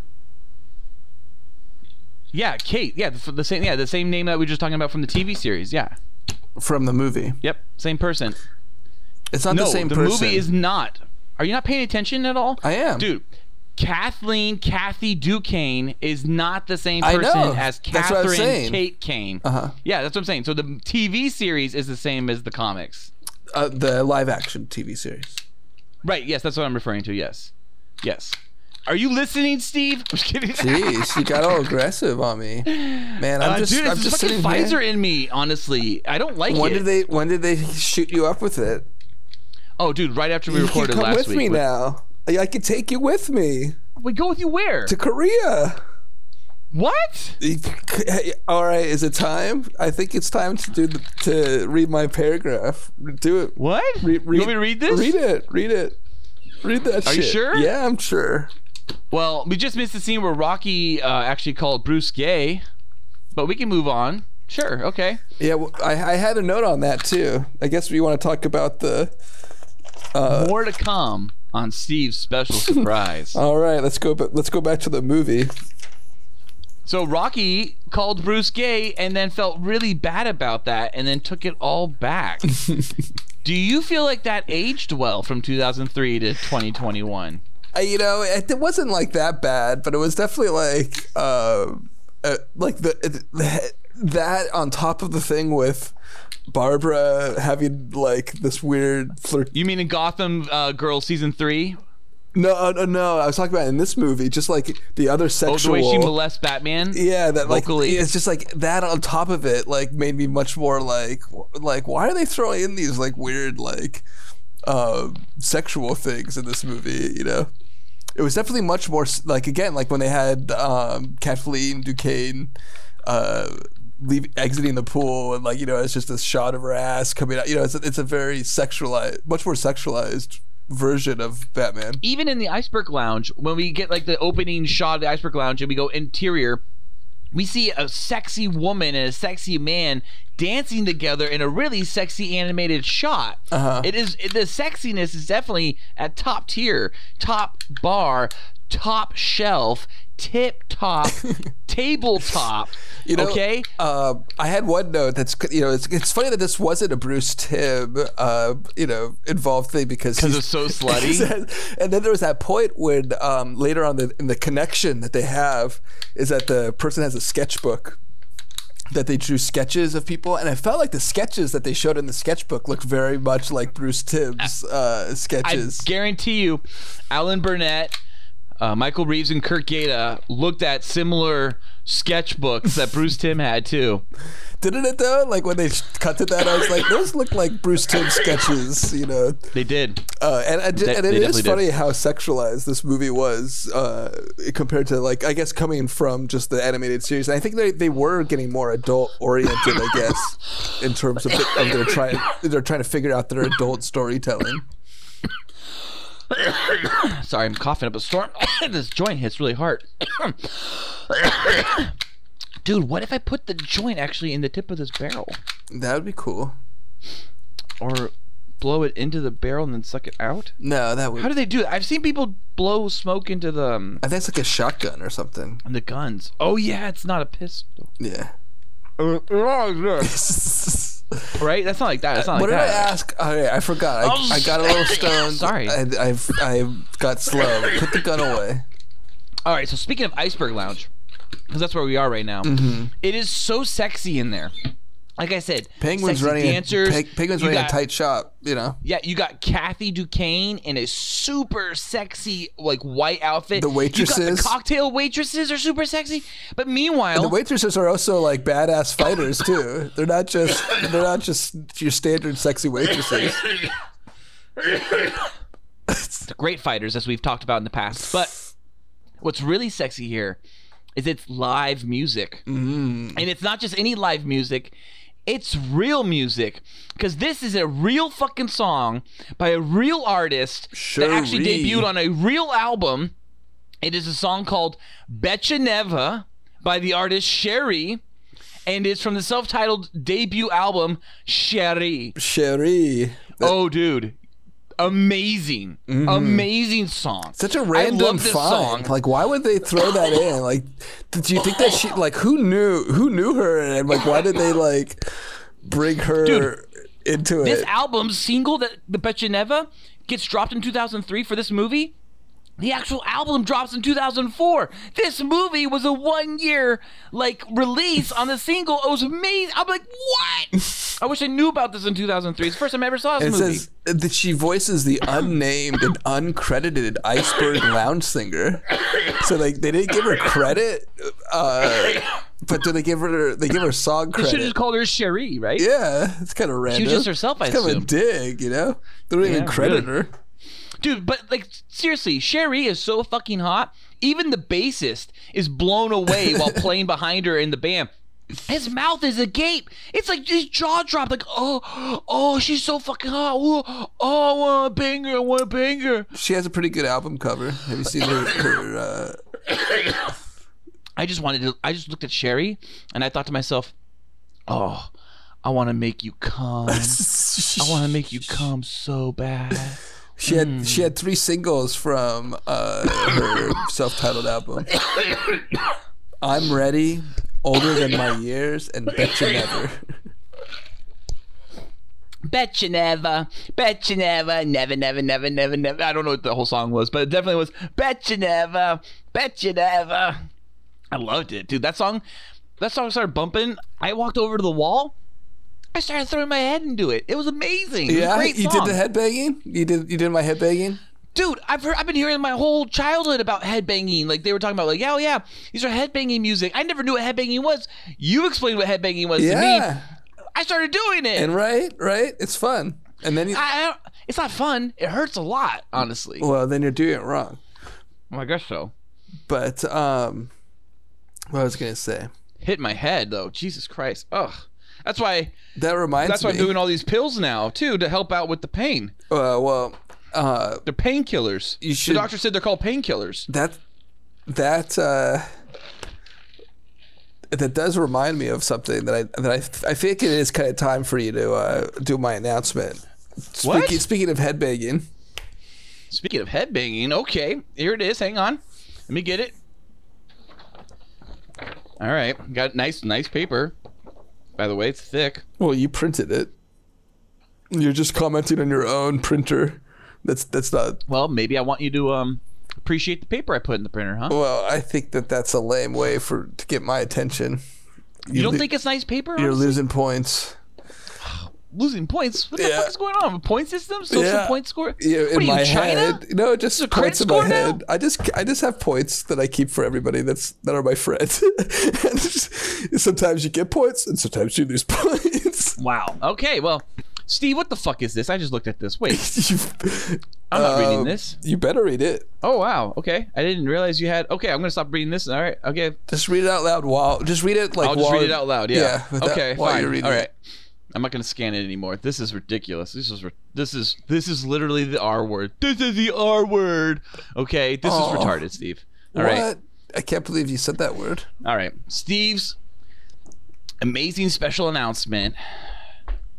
Speaker 4: yeah, Kate, yeah, the, the same, yeah, the same name that we were just talking about from the TV series, yeah,
Speaker 5: From the movie.
Speaker 4: yep, same person.
Speaker 5: It's not
Speaker 4: no,
Speaker 5: the same person. Um,
Speaker 4: movie is not. Are you not paying attention at all?
Speaker 5: I am.
Speaker 4: dude. Kathleen Kathy Duquesne is not the same
Speaker 5: I
Speaker 4: person
Speaker 5: know.
Speaker 4: as
Speaker 5: That's what I'm
Speaker 4: Catherine
Speaker 5: saying.
Speaker 4: Kate Kane.
Speaker 5: Uh-huh.
Speaker 4: Yeah, that's what I'm saying. So the TV series is the same as the comics.
Speaker 5: uh, the live action TV series.
Speaker 4: Right. Yes, that's what I'm referring to. Yes. Yes. Are you listening, Steve? I'm just kidding.
Speaker 5: Jeez, you got all aggressive on me, man. I'm
Speaker 4: Uh,
Speaker 5: just,
Speaker 4: dude, it's
Speaker 5: I'm
Speaker 4: this
Speaker 5: just
Speaker 4: fucking
Speaker 5: sitting
Speaker 4: Pfizer
Speaker 5: here.
Speaker 4: in me. Honestly, I don't like
Speaker 5: When
Speaker 4: it.
Speaker 5: did they When did they shoot you up with it?
Speaker 4: oh, dude, right after we
Speaker 5: You
Speaker 4: recorded
Speaker 5: can come
Speaker 4: last
Speaker 5: with
Speaker 4: week.
Speaker 5: me
Speaker 4: with-
Speaker 5: now. I I can take you with me
Speaker 4: We go with you where?
Speaker 5: to Korea.
Speaker 4: what?
Speaker 5: All right, is it time? I think it's time to do the, to read my paragraph. Do it.
Speaker 4: What?
Speaker 5: Re-
Speaker 4: you want me to read this?
Speaker 5: Read it. Read it. Read that
Speaker 4: Are you
Speaker 5: shit.
Speaker 4: sure?
Speaker 5: Yeah, I'm sure.
Speaker 4: Well, we just missed the scene where Rocky uh, actually called Bruce gay, but we can move on. Sure. Okay.
Speaker 5: Yeah, well, I, I had a note on that too. I guess we want to talk about the. Uh,
Speaker 4: More to come on Steve's special surprise.
Speaker 5: All right, let's go. ba- Let's go back to the movie.
Speaker 4: So Rocky called Bruce gay and then felt really bad about that and then took it all back. Do you feel like that aged well from 2003 to 2021?
Speaker 5: I- you know, it, it wasn't like that bad, but it was definitely like, uh, uh, like the, the that on top of the thing with Barbara having like this weird flirt.
Speaker 4: You mean in Gotham uh, Girls season three?
Speaker 5: No, uh, no, no. I was talking about in this movie, just like the other
Speaker 4: Oh, the
Speaker 5: sexual.
Speaker 4: way she molests Batman?
Speaker 5: yeah, that like
Speaker 4: vocally.
Speaker 5: it's just like that on top of it, like made me much more like w- like why are they throwing in these like weird like uh, sexual things in this movie? You know, it was definitely much more s- like again like when they had um, Kathleen Duquesne uh, leave exiting the pool and like you know it's just this shot of her ass coming out. You know, it's a, it's a very sexualized, much more sexualized version of Batman.
Speaker 4: even in the iceberg lounge when we get like the opening shot of the iceberg lounge and we go interior we see a sexy woman and a sexy man dancing together in a really sexy animated shot
Speaker 5: Uh-huh.
Speaker 4: It is it, the sexiness is definitely at top tier top bar top shelf tip top tabletop
Speaker 5: You know,
Speaker 4: okay
Speaker 5: Uh, I had one note that's you know it's, it's funny that this wasn't a Bruce Tim uh, you know involved thing because
Speaker 4: because
Speaker 5: he's-
Speaker 4: it's so slutty
Speaker 5: and then there was that point when um, later on the, in the connection that they have is that the person has a sketchbook that they drew sketches of people, and I felt like the sketches that they showed in the sketchbook looked very much like Bruce Timm's uh,
Speaker 4: I
Speaker 5: sketches.
Speaker 4: guarantee you, Alan Burnett, uh, Michael Reeves and Kirk Gata looked at similar sketchbooks that Bruce Tim had too.
Speaker 5: Didn't it though? Like when they sh- cut to that, I was like, those look like Bruce Timm sketches, you know.
Speaker 4: They did.
Speaker 5: Uh, and I ju-
Speaker 4: They-
Speaker 5: and it
Speaker 4: they
Speaker 5: is
Speaker 4: definitely did.
Speaker 5: funny how sexualized this movie was uh, compared to like I guess coming from just the animated series. And I think they, they were getting more adult oriented, I guess, in terms of, of their trying they're trying to figure out their adult storytelling.
Speaker 4: Sorry, I'm coughing up a storm. this joint hits really hard. Dude, what if I put the joint actually in the tip of this barrel?
Speaker 5: That would be cool.
Speaker 4: Or blow it into the barrel and then suck it out?
Speaker 5: No, that would.
Speaker 4: How do they do that? I've seen people blow smoke into the um,
Speaker 5: I think it's like a shotgun or something.
Speaker 4: the guns. Oh yeah, it's not a pistol.
Speaker 5: Yeah.
Speaker 4: Right? That's not like that. It's not
Speaker 5: what
Speaker 4: like
Speaker 5: did
Speaker 4: that.
Speaker 5: I ask? Oh, yeah, I forgot. I,
Speaker 4: Oh,
Speaker 5: I got a little stoned.
Speaker 4: Sorry.
Speaker 5: I, I've I got slow. Put the gun away.
Speaker 4: All right. So speaking of Iceberg Lounge, because that's where we are right now.
Speaker 5: Mm-hmm.
Speaker 4: it is so sexy in there. Like I said,
Speaker 5: Penguins
Speaker 4: sexy
Speaker 5: running.
Speaker 4: dancers.
Speaker 5: a, pe- penguins
Speaker 4: you
Speaker 5: running
Speaker 4: got-
Speaker 5: a tight shop. You know
Speaker 4: Yeah, you got Kathy Duquesne in a super sexy like white outfit.
Speaker 5: The
Speaker 4: You got
Speaker 5: waitresses.
Speaker 4: the cocktail waitresses are super sexy. But
Speaker 5: the
Speaker 4: meanwhile,
Speaker 5: waitresses are also like badass fighters too. They're not just they're not just your standard sexy waitresses.
Speaker 4: great fighters as we've talked about in the past. But what's really sexy here is it's live music. And it's not just any live music, it's real music. Because this is a real fucking song by a real artist that actually
Speaker 5: Sure-ee.
Speaker 4: debuted on a real album. It is a song called Betcha Neva by the artist Sherry. And it's from the self titled debut album, Sherry.
Speaker 5: Sherry.
Speaker 4: Oh, dude. Amazing. Amazing song.
Speaker 5: Mm-hmm. Such a
Speaker 4: I
Speaker 5: random
Speaker 4: love this song.
Speaker 5: find. Like, why would they throw that in? Like, did you think that she? Like, who knew? Who knew her? And like, why did they like bring her
Speaker 4: Dude,
Speaker 5: into
Speaker 4: this
Speaker 5: it?
Speaker 4: album single that the Betcha Neva gets dropped in 2003 for this movie. The actual album drops in 2004. This movie was a one-year like release on the single. It was amazing. I'm like, what? I wish I knew about this in 2003. It's the first time I ever saw this
Speaker 5: It
Speaker 4: movie.
Speaker 5: says that she voices the unnamed and uncredited iceberg lounge singer. So like they didn't give her credit, uh, but do they give her they give her song
Speaker 4: they should have
Speaker 5: credit?
Speaker 4: just called her Cherie, right?
Speaker 5: yeah, it's kind of random.
Speaker 4: just herself, I
Speaker 5: it's kind of
Speaker 4: assume.
Speaker 5: a dig, you know. They don't even
Speaker 4: Yeah,
Speaker 5: credit
Speaker 4: really.
Speaker 5: her.
Speaker 4: Dude, but like seriously, Sherry is so fucking hot. Even the bassist is blown away while playing behind her in the band. His mouth is agape. It's like his jaw dropped. Like, oh, oh, she's so fucking hot. Ooh, oh, I want to bang her. I want to bang her.
Speaker 5: She has a pretty good album cover. Have you seen her? her uh,
Speaker 4: I just wanted to. I just looked at Sherry, and I thought to myself, oh, I want to make you come. I want to make Hmm. you come so bad.
Speaker 5: She had she had three singles from uh, her self-titled album. I'm ready, older than my years, and betcha never.
Speaker 4: Bet you never, bet you never, never, never, never, never, never. I don't know what the whole song was, but it definitely was bet you never, bet you never. I loved it, dude. That song, that song started bumping. I walked over to the wall. I started throwing my head into it. It was amazing. It was a
Speaker 5: Yeah,
Speaker 4: great
Speaker 5: you did
Speaker 4: song.
Speaker 5: the headbanging. You did you did my headbanging.
Speaker 4: dude. I've heard, I've been hearing my whole childhood about headbanging. Like they were talking about, like, oh yeah, these are headbanging music. I never knew what headbanging was. You explained what headbanging was to
Speaker 5: Yeah,
Speaker 4: me. I started doing it.
Speaker 5: and right, right, it's fun. And then you,
Speaker 4: I, I don't, it's not fun. It hurts a lot, honestly.
Speaker 5: well, then you're doing it wrong.
Speaker 4: Well, I guess Oh so.
Speaker 5: But um, what I was gonna say.
Speaker 4: Hit my head though. Jesus Christ. Ugh. That's why.
Speaker 5: That reminds
Speaker 4: That's why I'm
Speaker 5: me.
Speaker 4: doing all these pills now too to help out with the pain.
Speaker 5: uh, well, uh,
Speaker 4: They're painkillers.
Speaker 5: You should-
Speaker 4: The doctor said they're called painkillers.
Speaker 5: that that uh that does remind me of something that I that I I think it is kind of time for you to uh, do my announcement.
Speaker 4: What?
Speaker 5: Speaking, speaking of headbanging,
Speaker 4: Speaking of head banging, okay, here it is. Hang on. Let me get it. All right, got nice, nice paper. By the way, it's thick.
Speaker 5: well, you printed it. You're just commenting on your own printer. That's that's not
Speaker 4: Well, maybe I want you to um appreciate the paper I put in the printer, huh?
Speaker 5: well. I think that that's a lame way for to get my attention.
Speaker 4: you don't think it's nice paper?
Speaker 5: you're
Speaker 4: honestly?
Speaker 5: losing points?
Speaker 4: losing points. What the
Speaker 5: Yeah.
Speaker 4: fuck is going on? A point system? Social
Speaker 5: Yeah.
Speaker 4: point score?
Speaker 5: Yeah,
Speaker 4: what
Speaker 5: in
Speaker 4: are you,
Speaker 5: my
Speaker 4: China?
Speaker 5: head. No, it just
Speaker 4: credit
Speaker 5: points in my
Speaker 4: score now?
Speaker 5: head. I just I just have points that I keep for everybody that's that are my friends. And just- sometimes you get points and sometimes you lose points.
Speaker 4: Wow. Okay, well, Steve, what the fuck is this? I just looked at this. Wait,
Speaker 5: You-
Speaker 4: I'm not reading
Speaker 5: um,
Speaker 4: this.
Speaker 5: You better read it.
Speaker 4: Oh, wow. Okay. I didn't realize you had. Okay, I'm going to stop reading this. All right. Okay.
Speaker 5: Just read it out loud while just read it like
Speaker 4: I'll just
Speaker 5: while-
Speaker 4: read it out loud.
Speaker 5: Yeah,
Speaker 4: Yeah.
Speaker 5: without-
Speaker 4: okay.
Speaker 5: while
Speaker 4: Fine.
Speaker 5: you're reading
Speaker 4: All
Speaker 5: it.
Speaker 4: right. I'm not gonna scan it anymore. This is ridiculous. This is ri- this is this is literally the R word. This is the R word. Okay. This
Speaker 5: Aw.
Speaker 4: is retarded, Steve. All
Speaker 5: Oh. What?
Speaker 4: right.
Speaker 5: I can't believe you said that word.
Speaker 4: All right. Steve's amazing special announcement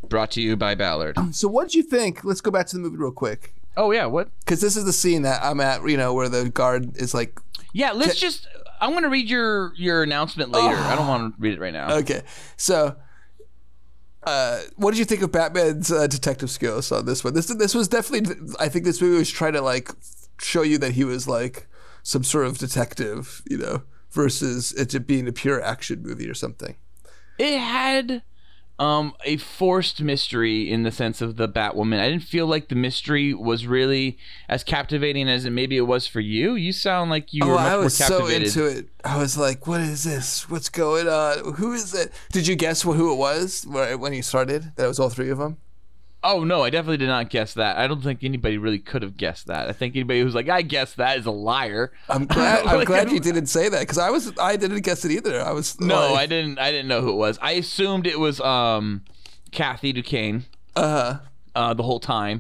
Speaker 4: brought to you by Ballard.
Speaker 5: So what'd you think? Let's go back to the movie real quick.
Speaker 4: Oh yeah. What?
Speaker 5: Because this is the scene that I'm at, you know, where the guard is like
Speaker 4: Yeah. Let's just. I'm gonna read your your announcement later. I don't want to read it right now.
Speaker 5: Okay, so uh, what did you think of Batman's uh, detective skills on this one? This this was definitely. I think this movie was trying to like show you that he was like some sort of detective, you know, versus it just being a pure action movie or something.
Speaker 4: it had um a forced mystery in the sense of the Batwoman. I didn't feel like the mystery was really as captivating as it maybe it was for you. You sound like you were
Speaker 5: Oh,
Speaker 4: much
Speaker 5: I was
Speaker 4: more
Speaker 5: so
Speaker 4: captivated.
Speaker 5: into it. I was like, "What is this? What's going on? Who is it?" Did you guess wh- who it was wh- when you started? That it was all three of them.
Speaker 4: oh no, I definitely did not guess that. I don't think anybody really could have guessed that. I think anybody who's like, I guessed that is a liar.
Speaker 5: I'm glad. I'm
Speaker 4: Like,
Speaker 5: glad
Speaker 4: I
Speaker 5: you didn't say that because I was. I didn't guess it either. I was
Speaker 4: No, I
Speaker 5: like,
Speaker 4: didn't I didn't know who it was. I assumed it was um Kathy Duquesne
Speaker 5: Uh,
Speaker 4: uh the whole time.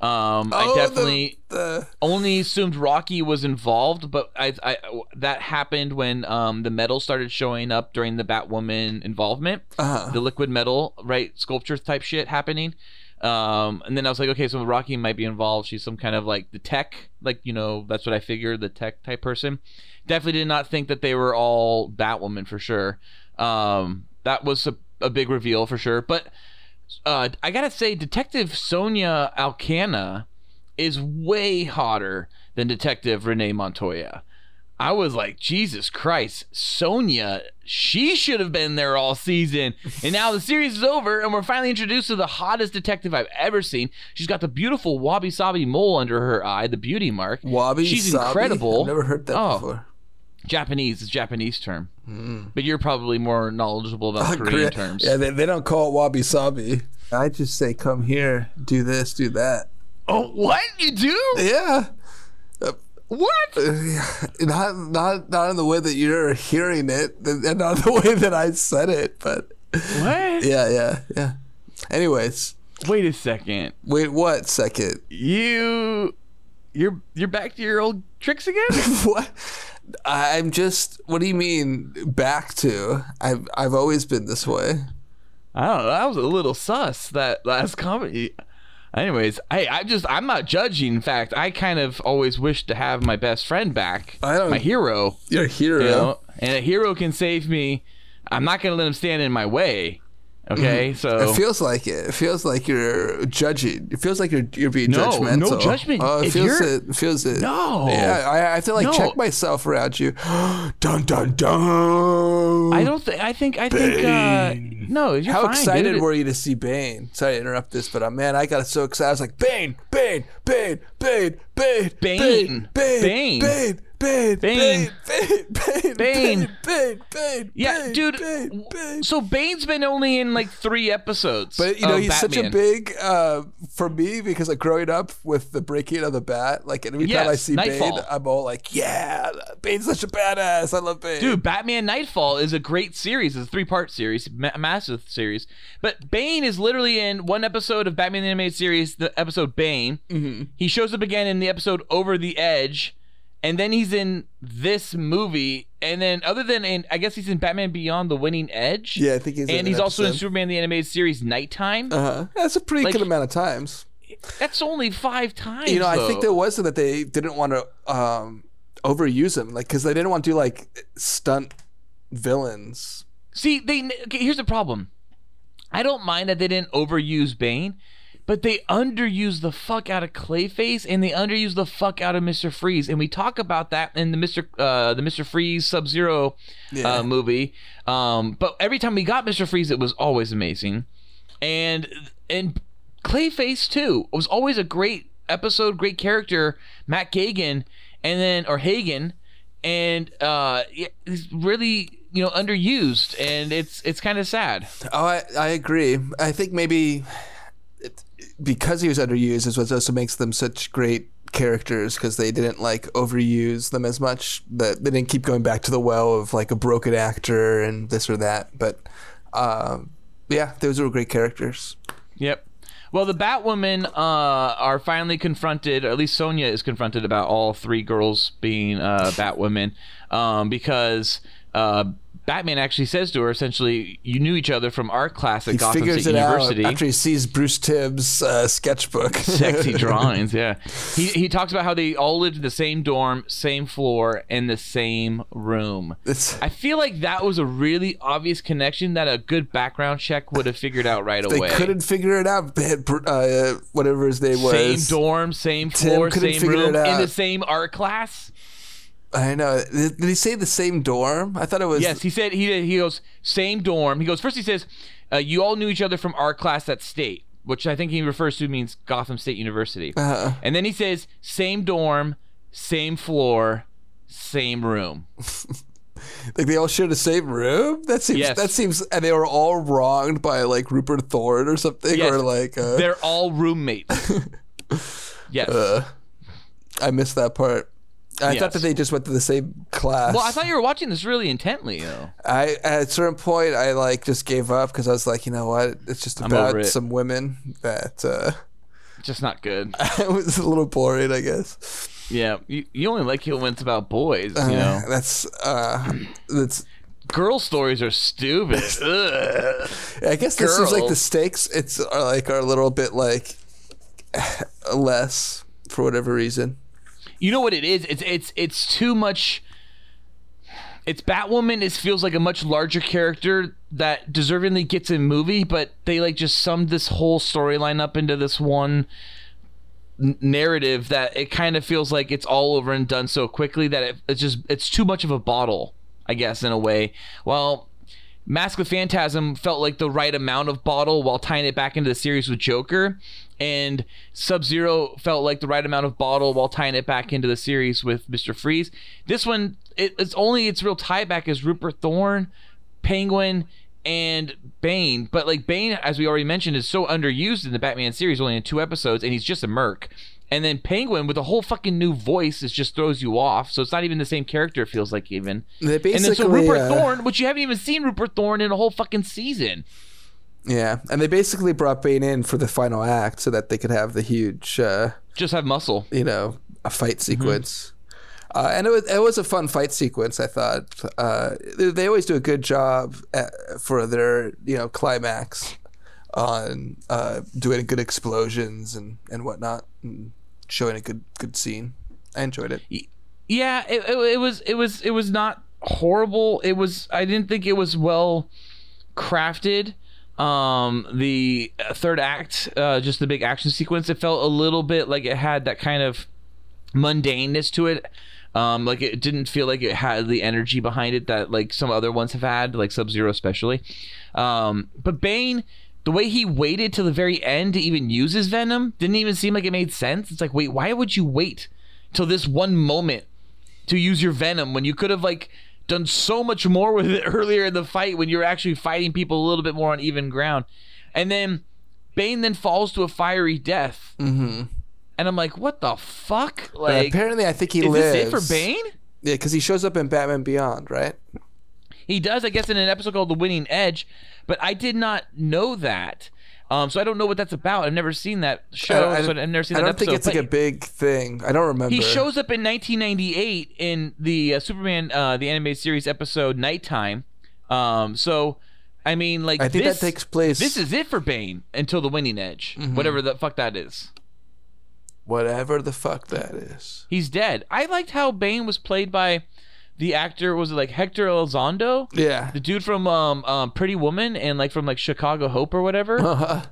Speaker 4: Um
Speaker 5: oh,
Speaker 4: I
Speaker 5: the-
Speaker 4: definitely
Speaker 5: the
Speaker 4: only assumed Rocky was involved, but I, I that happened when um, the metal started showing up during the Batwoman involvement,
Speaker 5: Uh-huh.
Speaker 4: the liquid metal, right, sculpture type shit happening. Um, and then I was like, okay, so Rocky might be involved. She's some kind of like the tech, like you know, that's what I figured, the tech type person. Definitely did not think that they were all Batwoman for sure. Um, that was a, a big reveal for sure. But uh, I gotta say, Detective Sonia Alcana is way hotter than Detective Renee Montoya. I was like, Jesus Christ, Sonia, she should have been there all season. And now the series is over, and we're finally introduced to the hottest detective I've ever seen. She's got the beautiful wabi sabi mole under her eye, the beauty mark.
Speaker 5: Wabi
Speaker 4: She's
Speaker 5: sabi?
Speaker 4: incredible.
Speaker 5: I've never heard that
Speaker 4: Oh.
Speaker 5: before.
Speaker 4: Japanese is a Japanese term. But you're probably more knowledgeable about Korean
Speaker 5: Hmm. Uh, Korea-
Speaker 4: terms.
Speaker 5: Yeah, they, they don't call it wabi sabi. I just say, come here, do this, do that.
Speaker 4: Oh, what? You do?
Speaker 5: Yeah,
Speaker 4: What?
Speaker 5: not not not in the way that you're hearing it, and not the way that I said it. But
Speaker 4: What?
Speaker 5: yeah, yeah, yeah. Anyways,
Speaker 4: Wait a second.
Speaker 5: wait, what second?
Speaker 4: you you're you're back to your old tricks again
Speaker 5: What? I'm just. What do you mean back to? I've I've always been this way.
Speaker 4: i don't know that was a little sus that last comedy anyways hey i just i'm not judging in fact i kind of always wish to have my best friend back
Speaker 5: I don't-
Speaker 4: my hero
Speaker 5: You're a hero.
Speaker 4: you know and a hero can save me i'm not gonna let him stand in my way okay so
Speaker 5: Mm. It feels like it. It feels like you're judging. It feels like you're you're being
Speaker 4: No,
Speaker 5: judgmental.
Speaker 4: no judgment.
Speaker 5: Oh, it
Speaker 4: If
Speaker 5: feels
Speaker 4: you're-
Speaker 5: it. It feels it.
Speaker 4: No.
Speaker 5: Yeah, I, I have to like
Speaker 4: No.
Speaker 5: check myself around you. dun dun dun.
Speaker 4: i don't think i think i think uh no you're
Speaker 5: How
Speaker 4: fine,
Speaker 5: excited
Speaker 4: dude.
Speaker 5: were you to see Bane? Sorry to interrupt this, but uh, man, I got so excited. I was like, Bane, Bane, Bane, Bane, Bane, Bane,
Speaker 4: Bane,
Speaker 5: Bane,
Speaker 4: Bane.
Speaker 5: Bane, Bane, Bane,
Speaker 4: Bane.
Speaker 5: Bane, Bane, Bane,
Speaker 4: Bane.
Speaker 5: Bane, Bane.
Speaker 4: yeah,
Speaker 5: Bane,
Speaker 4: dude.
Speaker 5: Bane, Bane.
Speaker 4: So Bane's been only in like three episodes.
Speaker 5: But you know,
Speaker 4: of
Speaker 5: he's such a
Speaker 4: Batman.
Speaker 5: big uh, for me because like growing up with the breaking of the bat, like every time I
Speaker 4: Yes,
Speaker 5: see Bane,
Speaker 4: Nightfall.
Speaker 5: I'm all like, yeah, Bane's such a badass. I love Bane.
Speaker 4: Dude, Batman Nightfall is a great series. It's a three-part series, ma- massive series. But Bane is literally in one episode of Batman the Animated Series, the episode Bane. Mm-hmm. He shows up again in the episode Over the Edge, and then he's in this movie. And then, other than in, I guess he's in Batman Beyond: The Winning Edge.
Speaker 5: Yeah, I think he's in
Speaker 4: and
Speaker 5: an
Speaker 4: he's also in
Speaker 5: episode.
Speaker 4: Superman the Animated Series Nighttime.
Speaker 5: uh-huh. that's a pretty
Speaker 4: Like-
Speaker 5: good amount of times.
Speaker 4: That's only five times.
Speaker 5: You know, I
Speaker 4: though.
Speaker 5: think there was that they didn't want to um, overuse him, like because they didn't want to do like stunt villains.
Speaker 4: See, they okay, here's the problem. I don't mind that they didn't overuse Bane, but they underuse the fuck out of Clayface and they underuse the fuck out of Mister Freeze, and we talk about that in the Mister uh, the Mister Freeze Sub Zero
Speaker 5: Yeah.
Speaker 4: uh, movie. Um, but every time we got Mister Freeze, it was always amazing. and and Clayface too was always a great episode, great character. Matt Kagan and then or Hagen, and uh, yeah, he's really you know underused, and it's it's kind of sad.
Speaker 5: Oh, I, I agree. I think maybe it, because he was underused is what also makes them such great characters because they didn't like overuse them as much that they didn't keep going back to the well of like a broken actor and this or that. But um, yeah, those were great characters.
Speaker 4: Yep. Well, the Batwoman uh, are finally confronted, or at least Sonia is confronted about all three girls being uh, Batwomen, um, because uh, Batman actually says to her, essentially, "You knew each other from art class at
Speaker 5: He
Speaker 4: Gotham
Speaker 5: figures
Speaker 4: State
Speaker 5: it
Speaker 4: University."
Speaker 5: out after he sees Bruce Tibbs' uh, sketchbook.
Speaker 4: Sexy drawings, yeah. He he talks about how they all lived in the same dorm, same floor, and the same room.
Speaker 5: It's-
Speaker 4: I feel like that was a really obvious connection that a good background check would have figured out right
Speaker 5: they
Speaker 4: away.
Speaker 5: couldn't figure it out. They had uh, whatever his name
Speaker 4: same
Speaker 5: was.
Speaker 4: dorm, same
Speaker 5: Tim
Speaker 4: floor,
Speaker 5: couldn't
Speaker 4: same
Speaker 5: figure
Speaker 4: room,
Speaker 5: it
Speaker 4: in the
Speaker 5: out.
Speaker 4: same art class.
Speaker 5: I know. Did did he say the same dorm? I thought it was.
Speaker 4: Yes, he said he he goes same dorm. He goes first. He says uh, you all knew each other from our class at state, which I think he refers to means Gotham State University.
Speaker 5: Uh,
Speaker 4: And then he says same dorm, same floor, same room.
Speaker 5: like they all share the same room. That seems.
Speaker 4: Yes.
Speaker 5: That seems. And they were all wronged by like Rupert Thorne or something,
Speaker 4: Yes.
Speaker 5: or like. Uh,
Speaker 4: They're all roommates. yes.
Speaker 5: I missed that part. I
Speaker 4: Yes.
Speaker 5: thought that they just went to the same class.
Speaker 4: well, I thought you were watching this really intently, though.
Speaker 5: I at a certain point I like just gave up because I was like, you know what? It's just
Speaker 4: over it.
Speaker 5: about some women that uh,
Speaker 4: Just not good.
Speaker 5: it was a little boring, I guess.
Speaker 4: Yeah, you, you only like it when it's about boys. You know,
Speaker 5: That's uh, that's.
Speaker 4: girl stories are stupid. Ugh.
Speaker 5: I guess this seems like
Speaker 4: Girl.
Speaker 5: the stakes. It's are like are a little bit like less for whatever reason.
Speaker 4: You know what it is? It's it's it's too much. It's Batwoman. It feels like a much larger character that deservingly gets a movie, but they like just summed this whole storyline up into this one n- narrative that it kind of feels like it's all over and done so quickly that it, it's just it's too much of a bottle, I guess, in a way. Well, Mask of Phantasm felt like the right amount of bottle while tying it back into the series with Joker. And Sub Zero felt like the right amount of bottle while tying it back into the series with Mr. Freeze. This one, it, it's only its real tie back is Rupert Thorne, Penguin, and Bane. But like Bane, as we already mentioned, is so underused in the Batman series, only in two episodes, and he's just a merc. And then Penguin with a whole fucking new voice, it just throws you off. So it's not even the same character. It feels like even.
Speaker 5: They
Speaker 4: and then so
Speaker 5: basically,
Speaker 4: Rupert
Speaker 5: uh,
Speaker 4: Thorne, which you haven't even seen Rupert Thorne in a whole fucking season.
Speaker 5: Yeah, and they basically brought Bane in for the final act so that they could have the huge, uh,
Speaker 4: Just have muscle.
Speaker 5: you know, a fight
Speaker 4: Mm-hmm.
Speaker 5: sequence. Uh, and it was it was a fun fight sequence. I thought uh, they they always do a good job at, for their you know climax on uh, doing good explosions and, and whatnot, and showing a good good scene. I enjoyed it.
Speaker 4: Yeah, it, it, it was it was it was not horrible. It was I didn't think it was well crafted. Um, the uh, third act, uh, just the big action sequence, it felt a little bit like it had that kind of mundaneness to it. Um, like it didn't feel like it had the energy behind it that like some other ones have had, like Sub Zero especially. Um, but Bane, the way he waited till the very end to even use his venom didn't even seem like it made sense. It's like, wait, why would you wait till this one moment to use your venom when you could have like done so much more with it earlier in the fight when you're actually fighting people a little bit more on even ground? And then Bane then falls to a fiery death. Mm-hmm. And I'm like, what the fuck?
Speaker 5: And
Speaker 4: Like,
Speaker 5: Uh, apparently, I think he
Speaker 4: is
Speaker 5: lives.
Speaker 4: this it for Bane?
Speaker 5: Yeah, because he shows up in Batman Beyond, right?
Speaker 4: He does, I guess, in an episode called The Winning Edge, but I did not know that. Um, so I don't know what that's about. I've never seen that show. so I've never seen
Speaker 5: I
Speaker 4: that
Speaker 5: don't
Speaker 4: episode.
Speaker 5: think it's like
Speaker 4: but
Speaker 5: a big thing. I don't remember.
Speaker 4: he shows up in 1998 in the uh, Superman, uh, the animated series episode Nighttime. Um, so, I mean, like,
Speaker 5: I think
Speaker 4: this,
Speaker 5: that takes place. Mm-hmm.
Speaker 4: This is it for Bane until The Winning Edge, whatever the fuck that is.
Speaker 5: whatever the fuck that is.
Speaker 4: He's dead. I liked how Bane was played by the actor. Was it like Hector Elizondo?
Speaker 5: Yeah.
Speaker 4: the dude from um, um Pretty Woman and like from like Chicago Hope or whatever.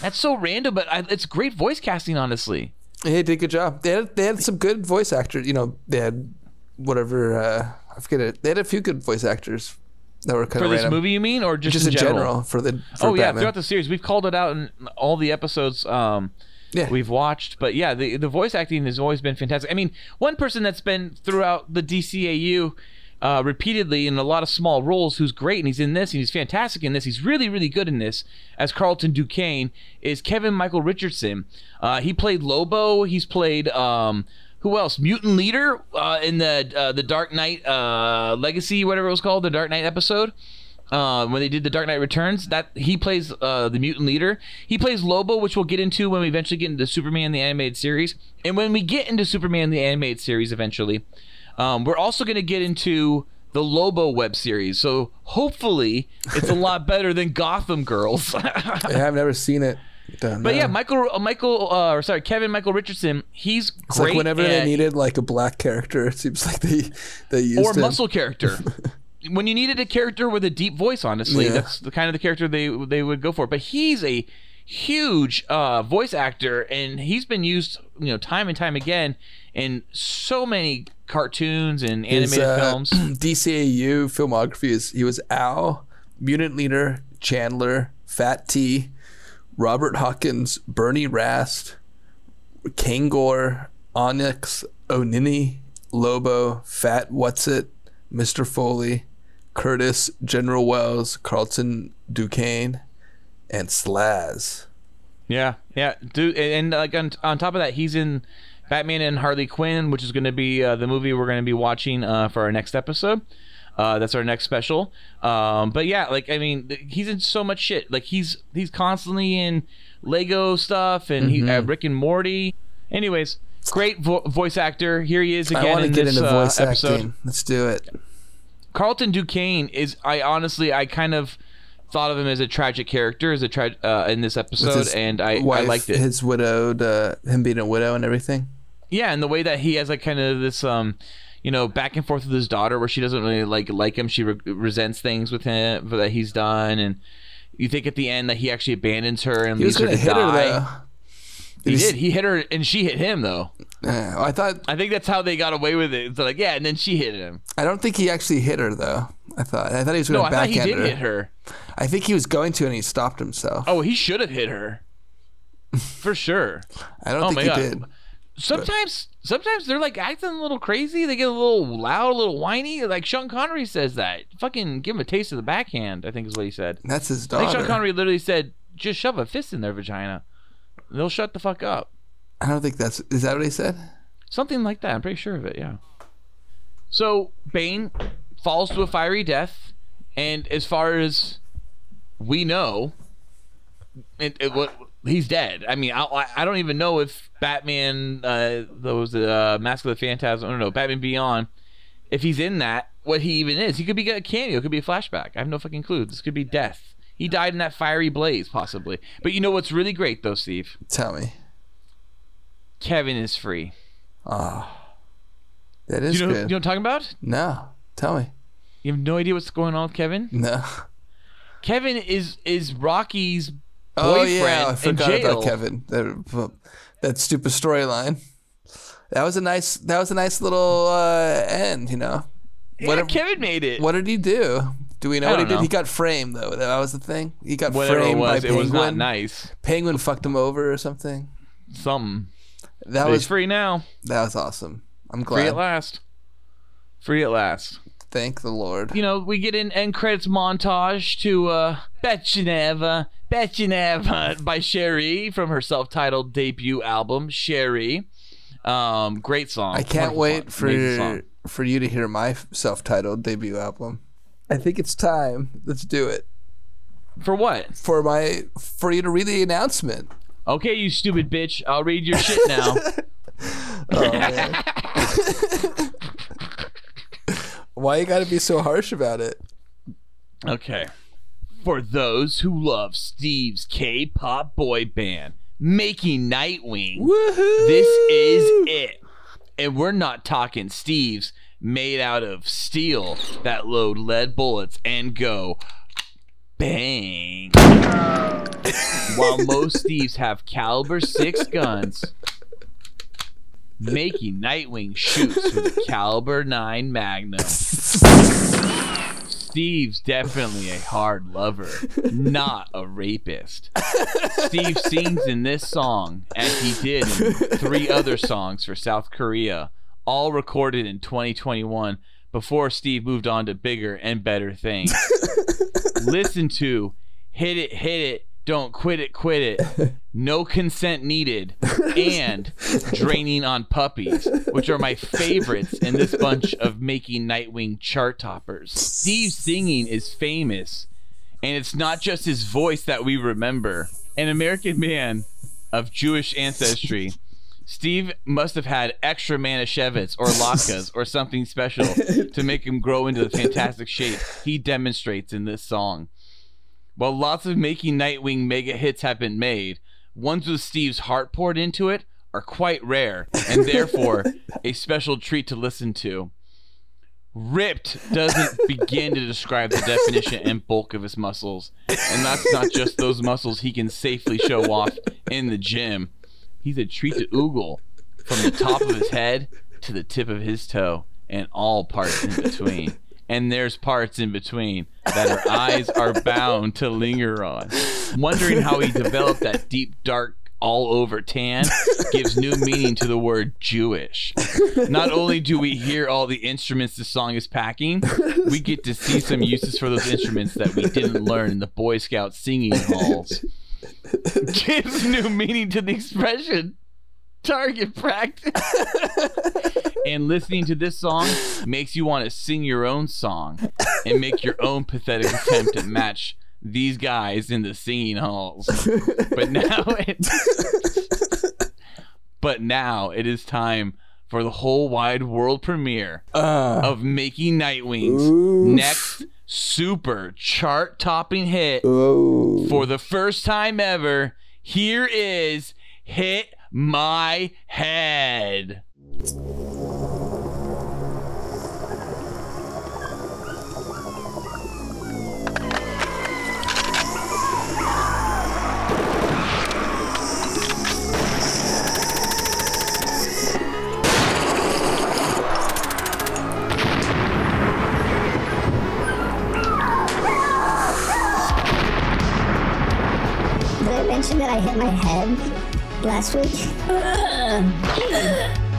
Speaker 4: That's so random, but I, it's great voice casting, honestly.
Speaker 5: Hey, did a good job. They had they had some good voice actors. You know, they had whatever uh, I forget it. They had a few good voice actors that were kind
Speaker 4: For
Speaker 5: of
Speaker 4: this
Speaker 5: random.
Speaker 4: movie, you mean, or just,
Speaker 5: just in general,
Speaker 4: general?
Speaker 5: for the for
Speaker 4: Oh yeah,
Speaker 5: Batman.
Speaker 4: throughout the series, we've called it out in all the episodes um,
Speaker 5: Yeah.
Speaker 4: we've watched. But yeah, the the voice acting has always been fantastic. I mean, one person that's been throughout the DCAU uh, repeatedly in a lot of small roles, who's great, and he's in this, and he's fantastic in this. He's really, really good in this as Carlton Duquesne is Kevin Michael Richardson. Uh, he played Lobo. He's played. Um, who else? Mutant Leader uh, in the uh, the Dark Knight uh, Legacy, whatever it was called, the Dark Knight episode uh, when they did the Dark Knight Returns, that he plays uh, the mutant leader. He plays Lobo, which we'll get into when we eventually get into Superman the animated series, and when we get into Superman the animated series eventually, um, we're also going to get into the Lobo web series. So hopefully, it's a lot better than Gotham Girls.
Speaker 5: Yeah, I've never seen it done.
Speaker 4: but
Speaker 5: no.
Speaker 4: yeah, Michael, uh, Michael, uh, or sorry, Kevin Michael Richardson, he's
Speaker 5: It's
Speaker 4: great.
Speaker 5: like whenever
Speaker 4: at-
Speaker 5: they needed like a black character, it seems like they they used
Speaker 4: or
Speaker 5: him.
Speaker 4: muscle character. when you needed a character with a deep voice, honestly,
Speaker 5: Yeah.
Speaker 4: that's the kind of the character they they would go for. But he's a huge uh, voice actor, and he's been used you know time and time again in so many cartoons and
Speaker 5: His,
Speaker 4: animated
Speaker 5: uh,
Speaker 4: films.
Speaker 5: DCAU filmography is he was Al, Mutant Leader, Chandler, Fat T, Robert Hawkins, Bernie Rast, Kangor, Onyx, Onini, Lobo, Fat What's It, Mr. Foley, Curtis, General Wells, Carlton Duquesne, and Slaz.
Speaker 4: Yeah, yeah, dude, and, and like on, on top of that, he's in Batman and Harley Quinn, which is going to be uh, the movie we're going to be watching uh, for our next episode. Uh, that's our next special. Um, but yeah, like I mean, th- he's in so much shit. Like he's he's constantly in Lego stuff and he,
Speaker 5: Mm-hmm.
Speaker 4: uh, Rick and Morty. Anyways, great vo- voice actor. Here he is again.
Speaker 5: I want to
Speaker 4: in
Speaker 5: get
Speaker 4: this,
Speaker 5: into
Speaker 4: uh,
Speaker 5: voice
Speaker 4: episode.
Speaker 5: acting. Let's do it.
Speaker 4: Carlton Duquesne is I honestly I kind of thought of him as a tragic character as a tra- uh, in this
Speaker 5: With
Speaker 4: episode
Speaker 5: his
Speaker 4: and I, I
Speaker 5: wife,
Speaker 4: liked it.
Speaker 5: His widowed, uh, him being a widow and everything.
Speaker 4: yeah and the way that he has like kind of this um you know back and forth with his daughter where she doesn't really like like him she re- resents things with him that he's done and you think at the end that he actually abandons her and
Speaker 5: He was
Speaker 4: leaves her
Speaker 5: gonna
Speaker 4: to
Speaker 5: hit
Speaker 4: die
Speaker 5: her
Speaker 4: he
Speaker 5: He's-
Speaker 4: did he hit her and she hit him though
Speaker 5: though. Yeah, I thought
Speaker 4: i think that's how they got away with it it's like yeah and then she hit him
Speaker 5: I don't think he actually hit her though. I thought I thought he was
Speaker 4: no
Speaker 5: going
Speaker 4: i
Speaker 5: to
Speaker 4: thought he
Speaker 5: backhand
Speaker 4: did
Speaker 5: her.
Speaker 4: hit her
Speaker 5: I think he was going to and he stopped himself.
Speaker 4: oh he should have hit her for sure
Speaker 5: I don't
Speaker 4: oh
Speaker 5: think
Speaker 4: my
Speaker 5: he
Speaker 4: God.
Speaker 5: did.
Speaker 4: sometimes sometimes they're like acting a little crazy they get a little loud a little whiny like sean connery says that fucking give him a taste of the backhand i think is what he said
Speaker 5: That's his
Speaker 4: I
Speaker 5: daughter.
Speaker 4: think Sean Connery literally said, "Just shove a fist in their vagina, and they'll shut the fuck up."
Speaker 5: I don't think that's is that what he said?
Speaker 4: Something like that. I'm pretty sure of it. Yeah. So Bane falls to a fiery death, and as far as we know, it, it, what he's dead. I mean, I- I, I don't even know if Batman, uh, those uh, Mask of the Phantasm, I don't know, Batman Beyond, if he's in that, what he even is. He could be a cameo. It could be a flashback. I have no fucking clue. This could be death. He died in that fiery blaze, possibly. But you know what's really great though, Steve?
Speaker 5: Tell me.
Speaker 4: Kevin is free.
Speaker 5: That
Speaker 4: Do
Speaker 5: is
Speaker 4: you know, who- you
Speaker 5: good.
Speaker 4: know what I'm talking about?
Speaker 5: no. Tell me.
Speaker 4: You have no idea what's going on with Kevin.
Speaker 5: No.
Speaker 4: Kevin is is Rocky's boyfriend
Speaker 5: Oh yeah, I
Speaker 4: in
Speaker 5: forgot
Speaker 4: jail.
Speaker 5: about Kevin. That, that stupid storyline. That was a nice. That was a nice little uh, end. You know.
Speaker 4: Yeah,
Speaker 5: What if-
Speaker 4: Kevin made it.
Speaker 5: What did he do? Do we know
Speaker 4: I
Speaker 5: what he
Speaker 4: don't
Speaker 5: did?
Speaker 4: know.
Speaker 5: He got framed though. That was the thing. He got
Speaker 4: Whatever it
Speaker 5: framed
Speaker 4: was,
Speaker 5: by
Speaker 4: it
Speaker 5: penguin.
Speaker 4: was not nice.
Speaker 5: Penguin fucked him over or something.
Speaker 4: Something.
Speaker 5: That
Speaker 4: But
Speaker 5: was
Speaker 4: he's free now.
Speaker 5: that was awesome. I'm
Speaker 4: Free at
Speaker 5: glad.
Speaker 4: last. Free at last.
Speaker 5: Thank the Lord.
Speaker 4: You know, we get an end credits montage to uh Betcheneva, Betcheneva by Sherry from her self-titled debut album, Sherry. Um, great song.
Speaker 5: I can't
Speaker 4: Wonderful song.
Speaker 5: wait
Speaker 4: Amazing song.
Speaker 5: for for you to hear my self-titled debut album. I think it's time. Let's do it
Speaker 4: for what?
Speaker 5: for my for you to read the announcement.
Speaker 4: Okay, you stupid bitch. I'll read your shit now.
Speaker 5: Why you got to be so harsh about it?
Speaker 4: Okay. For those who love Steve's K pop boy band, Making Nightwing,
Speaker 5: Woohoo!
Speaker 4: this is it. And we're not talking Steve's made out of steel that load lead bullets and go bang. While most Steve's have caliber six guns, Making Nightwing shoots with a caliber nine magnum. Steve's definitely a hard lover, not a rapist. Steve sings in this song as he did in three other songs for South Korea, all recorded in 2021 before Steve moved on to bigger and better things. Listen to Hit It, Hit It, Don't Quit It, Quit It, No Consent Needed, and Draining on Puppies, which are my favorites in this bunch of making Nightwing chart toppers. Steve's singing is famous, and it's not just his voice that we remember. An American man of Jewish ancestry. Steve must have had extra Manischewitz or latkes or something special to make him grow into the fantastic shape he demonstrates in this song. While lots of making Nightwing mega hits have been made, ones with Steve's heart poured into it are quite rare and therefore a special treat to listen to. Ripped doesn't begin to describe the definition and bulk of his muscles, and that's not just those muscles he can safely show off in the gym. He's a treat to Oogle from the top of his head to the tip of his toe and all parts in between. And there's parts in between that our eyes are bound to linger on. Wondering how he developed that deep, dark, all over tan gives new meaning to the word Jewish. Not only do we hear all the instruments the song is packing, we get to see some uses for those instruments that we didn't learn in the Boy Scout singing halls gives new meaning to the expression target practice. and listening to this song makes you want to sing your own song and make your own pathetic attempt to match these guys in the singing halls. But now it But now it is time for the whole wide world premiere
Speaker 5: Uh,
Speaker 4: of Making Nightwing's
Speaker 5: Oof.
Speaker 4: next super chart topping hit
Speaker 5: oh.
Speaker 4: for the first time ever, here is Hit My Head.
Speaker 6: Did I mention that I hit my head last week?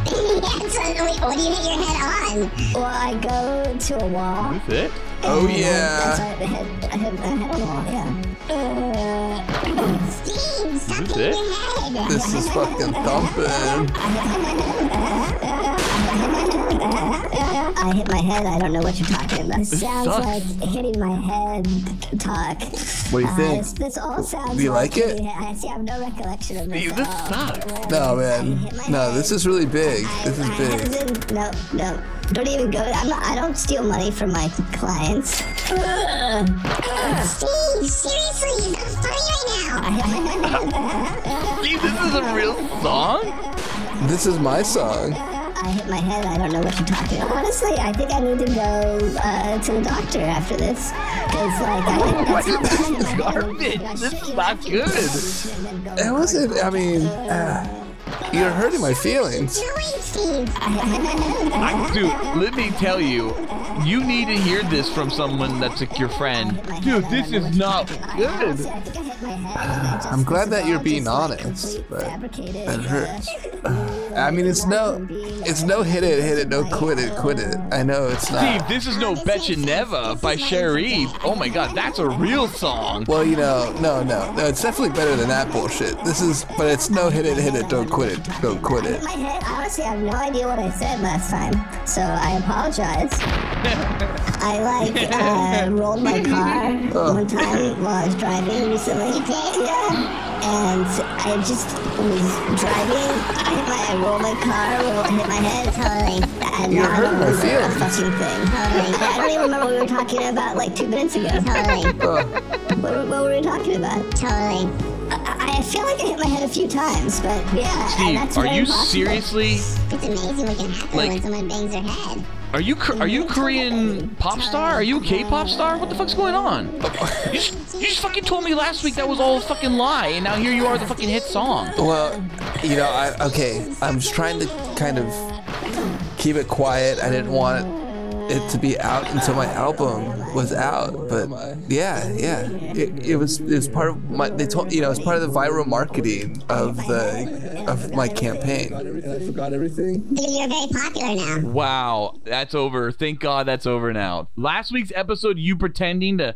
Speaker 7: Yes, I know. What do you hit your head on?
Speaker 6: Well, I go to a wall.
Speaker 5: Oh,
Speaker 6: and That's
Speaker 5: yeah.
Speaker 6: why I hit, I hit my head on the wall, yeah. Uh,
Speaker 7: Steve, stop hitting your head.
Speaker 5: This is fucking thumping.
Speaker 6: I hit my head. I don't know what you're talking about. This sounds
Speaker 4: sucks.
Speaker 6: like hitting my head talk.
Speaker 5: What do you
Speaker 6: Uh,
Speaker 5: think?
Speaker 6: This, this all sounds.
Speaker 5: you like it?
Speaker 6: hitting- I see. I have no recollection of this.
Speaker 4: Dude,
Speaker 6: at
Speaker 4: this
Speaker 6: all.
Speaker 4: sucks.
Speaker 5: No, man. No, this is really big. This is
Speaker 6: I
Speaker 5: big.
Speaker 6: haven't- No, no. Don't even go. I'm not, I don't steal money from my clients.
Speaker 7: Steve, seriously, you sound funny right now.
Speaker 4: Dude, this is a real song?
Speaker 5: This is my song.
Speaker 6: I hit my head. I don't know what you're talking about. Honestly, I think I need to go uh, to the doctor after this. Because, like, I think that's not
Speaker 4: This is garbage. This is not good.
Speaker 5: It wasn't, I mean, uh, you're hurting my feelings.
Speaker 7: No way, Steve.
Speaker 4: I, dude, let me tell you, you need to hear this from someone that's like your friend. Oh, Dude, this is not good.
Speaker 5: Uh, I'm glad that you're being honest, but
Speaker 6: uh,
Speaker 5: it hurts. I mean, it's no, it's no hit it, hit it, no quit it, quit it. I know it's
Speaker 4: Steve,
Speaker 5: not.
Speaker 4: this is no Betcha Neva by Cherie. Oh my god, that's a real song.
Speaker 5: Well, you know, no, no, no. It's definitely better than that bullshit. This is, but it's no hit it, hit it, don't quit it, don't quit it.
Speaker 6: my head. Honestly, I have no idea what I said last time, so I apologize. I like uh, rolled my car
Speaker 5: Oh.
Speaker 6: one time while I was driving recently. Yeah. And I just was driving. I hit my, I rolled my car, rolled, hit my head, totally. And
Speaker 5: You're
Speaker 6: now I
Speaker 5: hurting
Speaker 6: don't
Speaker 5: my
Speaker 6: remember a
Speaker 5: feelings.
Speaker 6: fucking thing. I don't even remember what we were talking about like two minutes ago. What, what were we talking about?
Speaker 7: Totally.
Speaker 6: I, I feel like I hit my head a few times, but yeah. that's
Speaker 4: Steve, are
Speaker 6: very
Speaker 4: you
Speaker 6: possible.
Speaker 4: seriously?
Speaker 7: It's amazing what can happen
Speaker 4: Like-
Speaker 7: when someone bangs their head.
Speaker 4: Are you K- are you Korean pop star? Are you a K-pop star? What the fuck's going on? You just, you just fucking told me last week that was all a fucking lie, and now here you are, the fucking hit song.
Speaker 5: Well, you know, I okay. I'm just trying to kind of keep it quiet. I didn't want it to be out until my album was out. But yeah, yeah, it, it was it was part of my they told you know it's part of the viral marketing of the of my campaign.
Speaker 8: I forgot everything.
Speaker 7: Dude, you're very popular now.
Speaker 4: Wow, that's over. Thank God that's over now. Last week's episode, you pretending to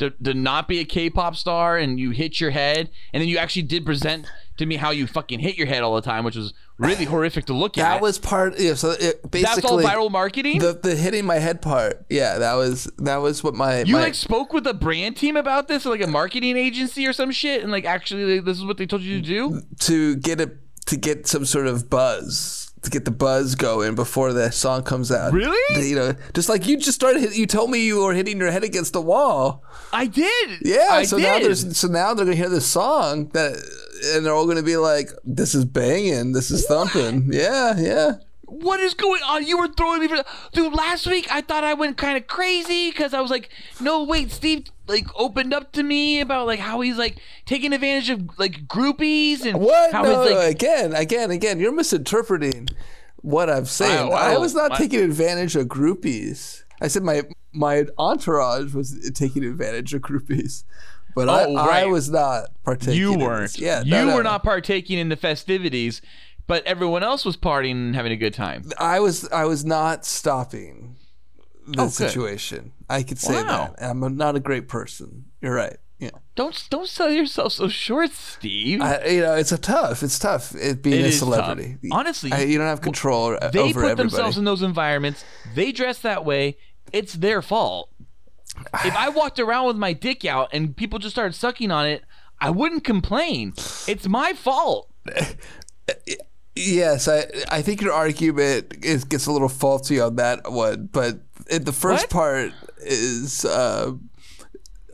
Speaker 4: to, to not be a K-pop star and you hit your head, and then you actually did present to me how you fucking hit your head all the time, which was really horrific to look at.
Speaker 5: That was part. Yeah, so it
Speaker 4: that's all
Speaker 5: basically
Speaker 4: viral marketing.
Speaker 5: The the hitting my head part. Yeah, that was that was what my
Speaker 4: you
Speaker 5: my,
Speaker 4: like spoke with a brand team about this, like a marketing agency or some shit, and like actually like, this is what they told you to do.
Speaker 5: to get it to get some sort of buzz to get the buzz going before the song comes out.
Speaker 4: Really?
Speaker 5: The- you know, just like you just started. hit- You told me you were hitting your head against the wall.
Speaker 4: I did.
Speaker 5: Yeah.
Speaker 4: I
Speaker 5: so
Speaker 4: did.
Speaker 5: now there's so now they're gonna hear this song that, and they're all gonna be like, "This is banging. This is thumping." Yeah, yeah.
Speaker 4: What is going on? You were throwing me for dude. Last week, I thought I went kind of crazy because I was like, "No, wait, Steve like opened up to me about like how he's like taking advantage of like groupies and
Speaker 5: What?
Speaker 4: how
Speaker 5: no, uh,
Speaker 4: he's like."
Speaker 5: again, again, again. You're misinterpreting what I'm saying.
Speaker 4: Wow,
Speaker 5: I
Speaker 4: wow.
Speaker 5: was not
Speaker 4: My-
Speaker 5: taking advantage of groupies. I said my my entourage was taking advantage of groupies, but
Speaker 4: Oh,
Speaker 5: I, I
Speaker 4: right.
Speaker 5: was not partaking.
Speaker 4: You
Speaker 5: in this.
Speaker 4: weren't.
Speaker 5: Yeah,
Speaker 4: you
Speaker 5: no, no,
Speaker 4: were
Speaker 5: no.
Speaker 4: not partaking in the festivities, but everyone else was partying and having a good time.
Speaker 5: I was. I was not stopping the
Speaker 4: Oh, good.
Speaker 5: situation. I could say
Speaker 4: Wow.
Speaker 5: that. I'm not a great person. You're right. Yeah.
Speaker 4: Don't don't sell yourself so short, Steve.
Speaker 5: I, you know, it's a tough. It's tough. It being
Speaker 4: Hmm. It
Speaker 5: a
Speaker 4: is tough.
Speaker 5: celebrity.
Speaker 4: Honestly,
Speaker 5: I, you don't have control over
Speaker 4: they put
Speaker 5: everybody.
Speaker 4: themselves in those environments. They dress that way. It's their fault. If I walked around with my dick out and people just started sucking on it, I wouldn't complain. It's my fault.
Speaker 5: Yes, I I think your argument is gets a little faulty on that one, but it, the first
Speaker 4: What?
Speaker 5: part is uh,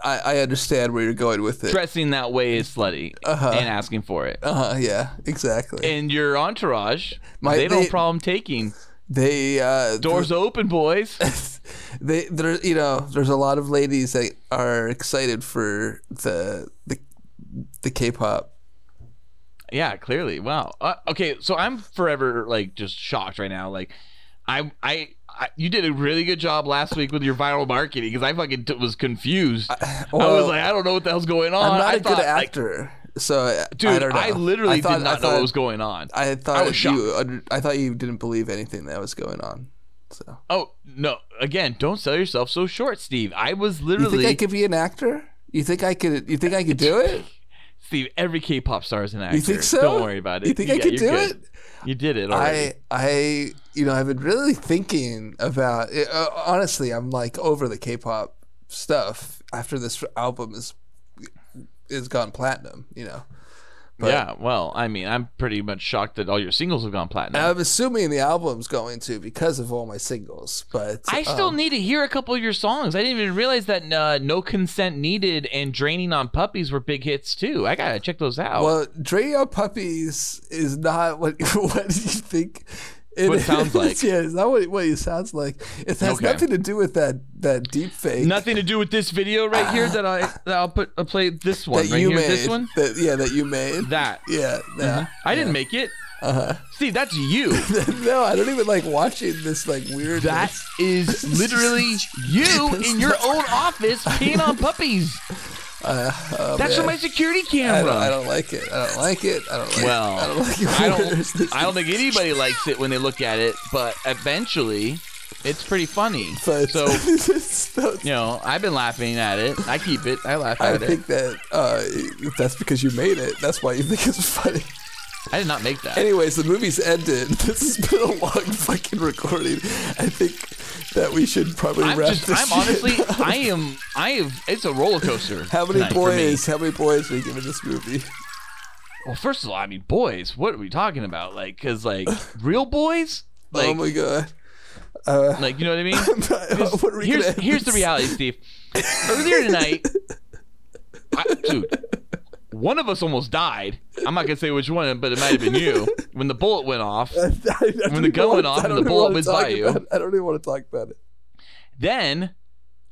Speaker 5: I I understand where you're going with it.
Speaker 4: Dressing that way is slutty and asking for it.
Speaker 5: Uh-huh, yeah, exactly.
Speaker 4: And your entourage,
Speaker 5: My-
Speaker 4: they don't
Speaker 5: they-
Speaker 4: problem taking.
Speaker 5: they uh,
Speaker 4: Doors open, boys.
Speaker 5: They there you know there's a lot of ladies that are excited for the the the K-pop.
Speaker 4: Yeah, clearly. Wow. Uh, okay, so I'm forever like just shocked right now. Like, I, I, I you did a really good job last week with your viral marketing because I fucking t- was confused. I was
Speaker 5: well,
Speaker 4: like, I don't know what the hell's going on.
Speaker 5: I'm not
Speaker 4: I
Speaker 5: a
Speaker 4: thought,
Speaker 5: good
Speaker 4: like,
Speaker 5: actor, so I- I
Speaker 4: dude,
Speaker 5: don't know.
Speaker 4: I, literally
Speaker 5: thought-
Speaker 4: did not
Speaker 5: I
Speaker 4: know what
Speaker 5: thought-
Speaker 4: was going on.
Speaker 5: I thought
Speaker 4: was
Speaker 5: you under, I thought you didn't believe anything that was going on. So
Speaker 4: oh no! Again, don't sell yourself so short, Steve. I was
Speaker 5: You
Speaker 4: literally
Speaker 5: think I could be an actor? You think I could? You think I could do it?
Speaker 4: Steve. Every K-pop star is an actor.
Speaker 5: You think so?
Speaker 4: Don't worry about it.
Speaker 5: You think I
Speaker 4: Yeah,
Speaker 5: could
Speaker 4: you're
Speaker 5: do
Speaker 4: good.
Speaker 5: it?
Speaker 4: You did it already.
Speaker 5: I, I, you know, I've been really thinking about. It. Uh, honestly, I'm like over the K-pop stuff after this album is is gone platinum. You know, but-
Speaker 4: yeah. Well, I mean, I'm pretty much shocked that all your singles have gone platinum.
Speaker 5: I'm assuming the album's going to because of all my singles. But
Speaker 4: I still
Speaker 5: um,
Speaker 4: need to hear a couple of your songs. I didn't even realize that uh, "No Consent Needed" and "Draining on Puppies" were big hits too. I gotta check those out.
Speaker 5: Well, Dre on Puppies is not what what you think. It
Speaker 4: What it sounds
Speaker 5: is.
Speaker 4: like.
Speaker 5: yeah, it's not what, what it sounds like. It has
Speaker 4: Okay.
Speaker 5: nothing to do with that that deep fake.
Speaker 4: Nothing to do with this video right here that I that I'll put I'll play this one
Speaker 5: that
Speaker 4: right
Speaker 5: you
Speaker 4: here.
Speaker 5: made.
Speaker 4: This one,
Speaker 5: That, yeah, that you made.
Speaker 4: that
Speaker 5: Yeah, yeah. Uh-huh.
Speaker 4: I didn't make it. See, that's you.
Speaker 5: no, I don't even like watching this like weird.
Speaker 4: Mm-hmm. That is literally you in your own office peeing on puppies. that's from my security
Speaker 5: Uh, oh, I
Speaker 4: camera.
Speaker 5: don't, I don't like it. I don't like it. I don't like
Speaker 4: Well,
Speaker 5: it. I don't like it.
Speaker 4: I
Speaker 5: Where is
Speaker 4: don't.
Speaker 5: this-
Speaker 4: I don't think anybody likes it when they look at it, but eventually, it's pretty funny.
Speaker 5: but-
Speaker 4: So
Speaker 5: this is- that's-
Speaker 4: you know, I've been laughing at it. I keep it. I laugh
Speaker 5: I
Speaker 4: at it.
Speaker 5: think that uh, if that's because you made it. That's why you think it's funny.
Speaker 4: I did not make that.
Speaker 5: Anyways, the movie's ended. This has been a long fucking recording. I think that we should probably
Speaker 4: I'm
Speaker 5: wrap
Speaker 4: just.
Speaker 5: this
Speaker 4: I'm
Speaker 5: shit
Speaker 4: honestly.
Speaker 5: up.
Speaker 4: I am. I have. It's a roller coaster.
Speaker 5: How many
Speaker 4: tonight for me.
Speaker 5: boys? How many boys are we giving this movie?
Speaker 4: Well, first of all, I mean, boys. What are we talking about? Like, cause like real boys. Like,
Speaker 5: oh my god!
Speaker 4: like you know what I mean?
Speaker 5: what are we
Speaker 4: here's
Speaker 5: gonna end
Speaker 4: here's the
Speaker 5: this?
Speaker 4: reality, Steve. Earlier tonight, I, dude, one of us almost died. I'm not gonna say which one, but it might have been you when the bullet went off.
Speaker 5: I, I don't
Speaker 4: When the
Speaker 5: even
Speaker 4: gun
Speaker 5: wanna-
Speaker 4: went off
Speaker 5: I
Speaker 4: and
Speaker 5: don't
Speaker 4: the
Speaker 5: even
Speaker 4: bullet
Speaker 5: wanna
Speaker 4: whizzed
Speaker 5: talk
Speaker 4: by you.
Speaker 5: about it. I don't even want to talk about it.
Speaker 4: Then,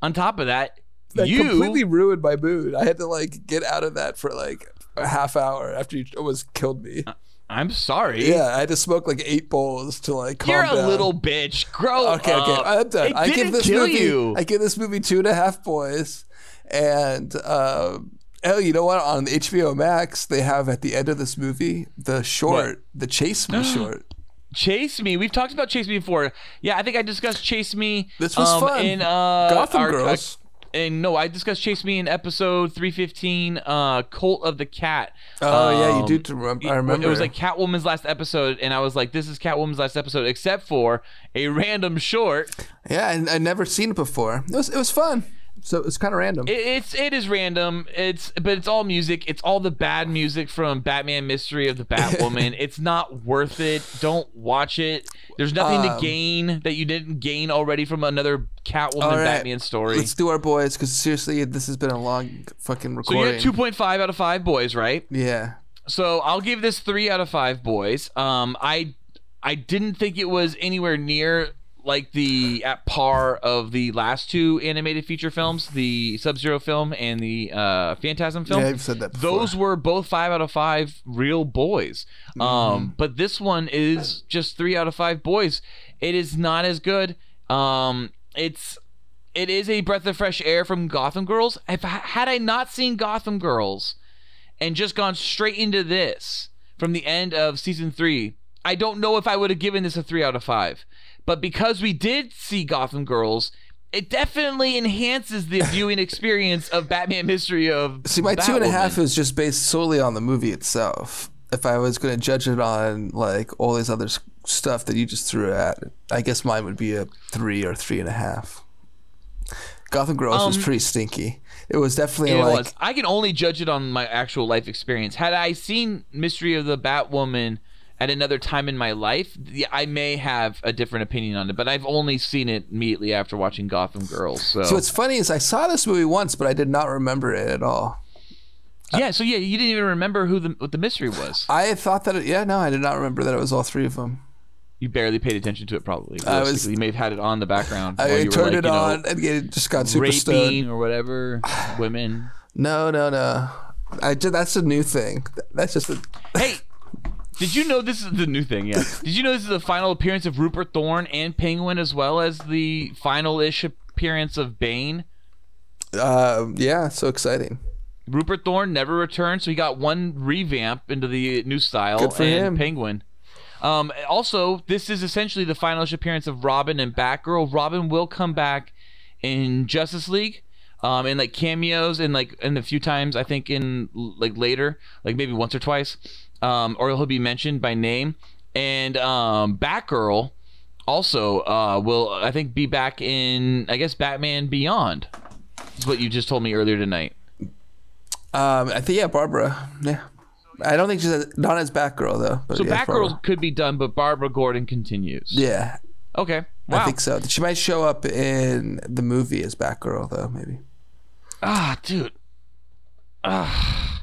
Speaker 4: on top of that,
Speaker 5: That
Speaker 4: you
Speaker 5: completely ruined my
Speaker 4: Uh,
Speaker 5: mood. I had to like get out of that for like a half hour after you almost killed me.
Speaker 4: I'm sorry.
Speaker 5: Yeah, I had to smoke like eight bowls to like calm
Speaker 4: You're a
Speaker 5: down.
Speaker 4: little bitch. Grow
Speaker 5: Okay,
Speaker 4: up.
Speaker 5: okay, I'm done.
Speaker 4: It
Speaker 5: I
Speaker 4: didn't
Speaker 5: give this
Speaker 4: kill
Speaker 5: movie,
Speaker 4: you.
Speaker 5: I give this movie two and a half boys, and um, oh, you know what? On HBO Max, they have at the end of this movie the short, the chase me
Speaker 4: Um,
Speaker 5: short.
Speaker 4: Chase Me. We've talked about Chase Me before. Yeah, I think I discussed Chase Me.
Speaker 5: This was
Speaker 4: um,
Speaker 5: fun.
Speaker 4: In, uh,
Speaker 5: Gotham
Speaker 4: our-
Speaker 5: Girls.
Speaker 4: and no, I discussed Chase Me in episode 315, uh, Cult of the Cat.
Speaker 5: Oh yeah, you
Speaker 4: Um,
Speaker 5: do. To rem- I remember
Speaker 4: It was like Catwoman's last episode, and I was like, "This is Catwoman's last episode, except for a random short."
Speaker 5: yeah, and I'd never seen it before. It was it was fun. So it was kind of random.
Speaker 4: It, it's it is random. It's but it's all music. It's all the bad music from Batman Mystery of the Batwoman. it's not worth it. Don't watch it. There's nothing
Speaker 5: Um,
Speaker 4: to gain that you didn't gain already from another Catwoman
Speaker 5: All right,
Speaker 4: Batman story.
Speaker 5: Let's do our boys because seriously, this has been a long fucking
Speaker 4: so you
Speaker 5: recording.
Speaker 4: had 2.5 out of 5 boys, right?
Speaker 5: yeah,
Speaker 4: So I'll give this three out of five boys. Um, I I didn't think it was anywhere near like the at par of the last two animated feature films, the Sub Zero film and the uh, Phantasm film.
Speaker 5: yeah, I've said that. Before.
Speaker 4: Those were both five out of five real boys.
Speaker 5: Mm-hmm.
Speaker 4: Um, but this one is just three out of five boys. It is not as good. Um, it's it is a breath of fresh air from Gotham Girls. If had I not seen Gotham Girls and just gone straight into this from the end of season three, I don't know if I would have given this a three out of five. But because we did see Gotham Girls, it definitely enhances the viewing experience of Batman Mystery of
Speaker 5: See, my two and a half
Speaker 4: Batwoman.
Speaker 5: is just based solely on the movie itself. If I was going to judge it on like all these other s- stuff that you just threw at, it, I guess mine would be a three or three and a half. Gotham Girls was
Speaker 4: Um,
Speaker 5: pretty stinky. It was definitely
Speaker 4: It
Speaker 5: like
Speaker 4: was. I can only judge it on my actual life experience. Had I seen Mystery of the Batwoman at another time in my life, yeah, I may have a different opinion on it. But I've only seen it immediately after watching Gotham Girls. So,
Speaker 5: So what's funny is I saw this movie once, but I did not remember it at all.
Speaker 4: yeah, so yeah, you didn't even remember who the what the mystery was.
Speaker 5: I had thought that it, yeah, no, I did not remember that it was all three of them.
Speaker 4: You barely paid attention to it, probably.
Speaker 5: I was-
Speaker 4: Realistically, you may have had it on in the background. while
Speaker 5: I
Speaker 4: you were,
Speaker 5: turned
Speaker 4: like,
Speaker 5: it
Speaker 4: you know,
Speaker 5: on and it just got super
Speaker 4: raping
Speaker 5: stoned.
Speaker 4: or whatever women.
Speaker 5: No, no, no. I did, that's a new thing. That's just a
Speaker 4: Hey, did you know this is the new thing? Yeah. Did you know this is the final appearance of Rupert Thorne and Penguin, as well as the final-ish appearance of Bane?
Speaker 5: um, yeah, so exciting.
Speaker 4: Rupert Thorne never returned, so he got one revamp into the new style
Speaker 5: Good for
Speaker 4: and
Speaker 5: him.
Speaker 4: Penguin. Um, also, this is essentially the final-ish appearance of Robin and Batgirl. Robin will come back in Justice League. Um, and like cameos and like and a few times I think in like later like maybe once or twice um, or he'll be mentioned by name and um, Batgirl also uh, will I think be back in I guess Batman Beyond is what you just told me earlier tonight
Speaker 5: Um, I think yeah, Barbara. Yeah, I don't think she's a, not as Batgirl though. But
Speaker 4: So
Speaker 5: yeah,
Speaker 4: Batgirl
Speaker 5: Barbara.
Speaker 4: could be done, but Barbara Gordon continues.
Speaker 5: Yeah,
Speaker 4: Okay. Wow.
Speaker 5: I think so. She might show up in the movie as Batgirl though, maybe.
Speaker 4: Ah, dude. Ah,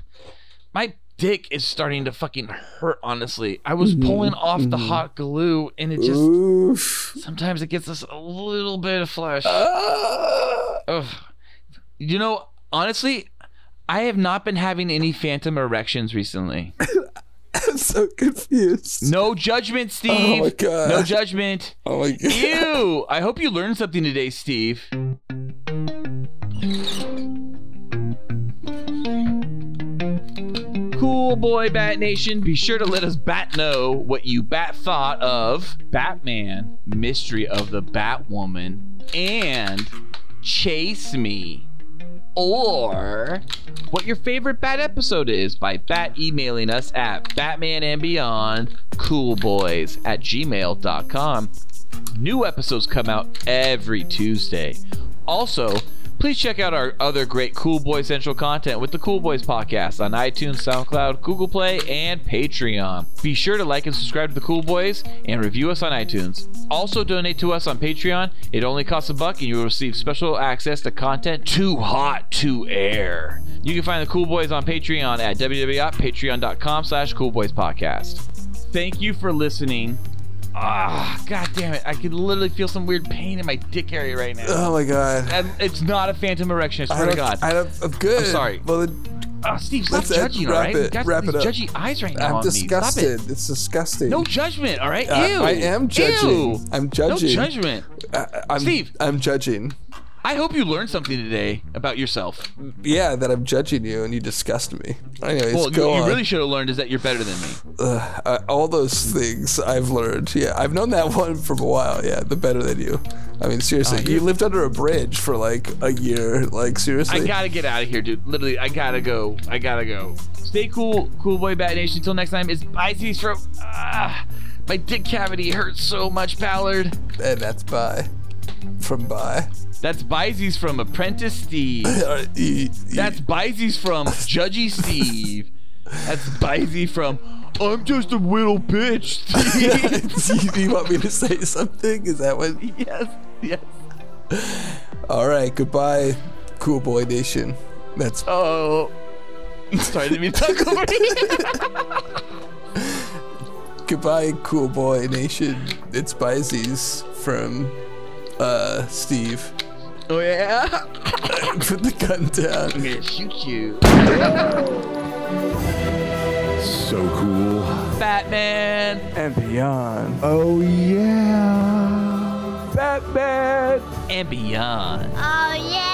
Speaker 4: my dick is starting to fucking hurt. Honestly, I
Speaker 5: Mm-hmm.
Speaker 4: was pulling off the hot glue, and it just
Speaker 5: Oof.
Speaker 4: sometimes it gets us a little bit of flesh.
Speaker 5: Ah.
Speaker 4: Ugh. You know, honestly, I have not been having any phantom erections recently.
Speaker 5: I'm so confused.
Speaker 4: No judgment, Steve.
Speaker 5: Oh my God.
Speaker 4: No judgment.
Speaker 5: Oh my god.
Speaker 4: Ew! I hope you learned something today, Steve. Cool boy, Bat Nation. Be sure to let us bat know what you bat thought of Batman, Mystery of the Batwoman, and Chase Me. Or what your favorite bat episode is by bat emailing us at Batman and Beyond Coolboys at gmail.com. New episodes come out every Tuesday. Also, please check out our other great Cool Boy Central content with the Cool Boys podcast on iTunes, SoundCloud, Google Play, and Patreon. Be sure to like and subscribe to the Cool Boys and review us on iTunes. Also, donate to us on Patreon. It only costs a buck and you will receive special access to content too hot to air. You can find the Cool Boys on Patreon at www.patreon.com slash coolboyspodcast. Thank you for listening. Ah, god damn it. I can literally feel some weird pain in my dick area right now.
Speaker 5: Oh my god.
Speaker 4: And it's not a phantom erection, I
Speaker 5: I
Speaker 4: swear to
Speaker 5: don't,
Speaker 4: God.
Speaker 5: I don't, I'm good.
Speaker 4: I'm sorry.
Speaker 5: Well, then,
Speaker 4: Oh, Steve, stop
Speaker 5: Let's, uh,
Speaker 4: judging, all
Speaker 5: wrap
Speaker 4: right?
Speaker 5: it-
Speaker 4: You got
Speaker 5: wrap
Speaker 4: these
Speaker 5: it up.
Speaker 4: judgy eyes right now.
Speaker 5: I'm
Speaker 4: on me. Stop it.
Speaker 5: disgusted. It's disgusting.
Speaker 4: No judgment, all right?
Speaker 5: I-
Speaker 4: Ew.
Speaker 5: I am judging.
Speaker 4: Ew.
Speaker 5: I'm judging.
Speaker 4: No judgment.
Speaker 5: I, I'm,
Speaker 4: Steve.
Speaker 5: I'm judging.
Speaker 4: I hope you learned something today about yourself.
Speaker 5: Yeah, that I'm judging you and you disgust me. Anyways,
Speaker 4: Well,
Speaker 5: go
Speaker 4: what you
Speaker 5: on.
Speaker 4: really should have learned is that you're better than me.
Speaker 5: Ugh, I- all those things I've learned. Yeah, I've known that one for a while. Yeah, the better than you. I mean,
Speaker 4: Uh,
Speaker 5: seriously, you lived under a bridge for like a year. Like seriously.
Speaker 4: I gotta get out of here, dude. Literally, I gotta go. I gotta go. Stay cool, cool boy, Bat Nation. Until next time, it's Pisces from. Ah, my dick cavity hurts so much, Ballard.
Speaker 5: and that's bye. From bye.
Speaker 4: That's Pisces from Apprentice Steve.
Speaker 5: All right, e- e-
Speaker 4: That's Pisces from Judgy Steve. That's Pisces from. I'm just a little bitch, Steve.
Speaker 5: Do you want me to say something? Is that what?
Speaker 4: yes, yes.
Speaker 5: All right, goodbye, cool boy nation. That's
Speaker 4: Oh. Sorry, I didn't mean to talk over you.
Speaker 5: goodbye, cool boy nation. It's Pisces from uh Steve.
Speaker 4: Oh, yeah?
Speaker 5: Put the gun down.
Speaker 4: I'm gonna shoot you.
Speaker 1: So cool.
Speaker 4: Batman.
Speaker 5: And beyond.
Speaker 3: Oh, yeah.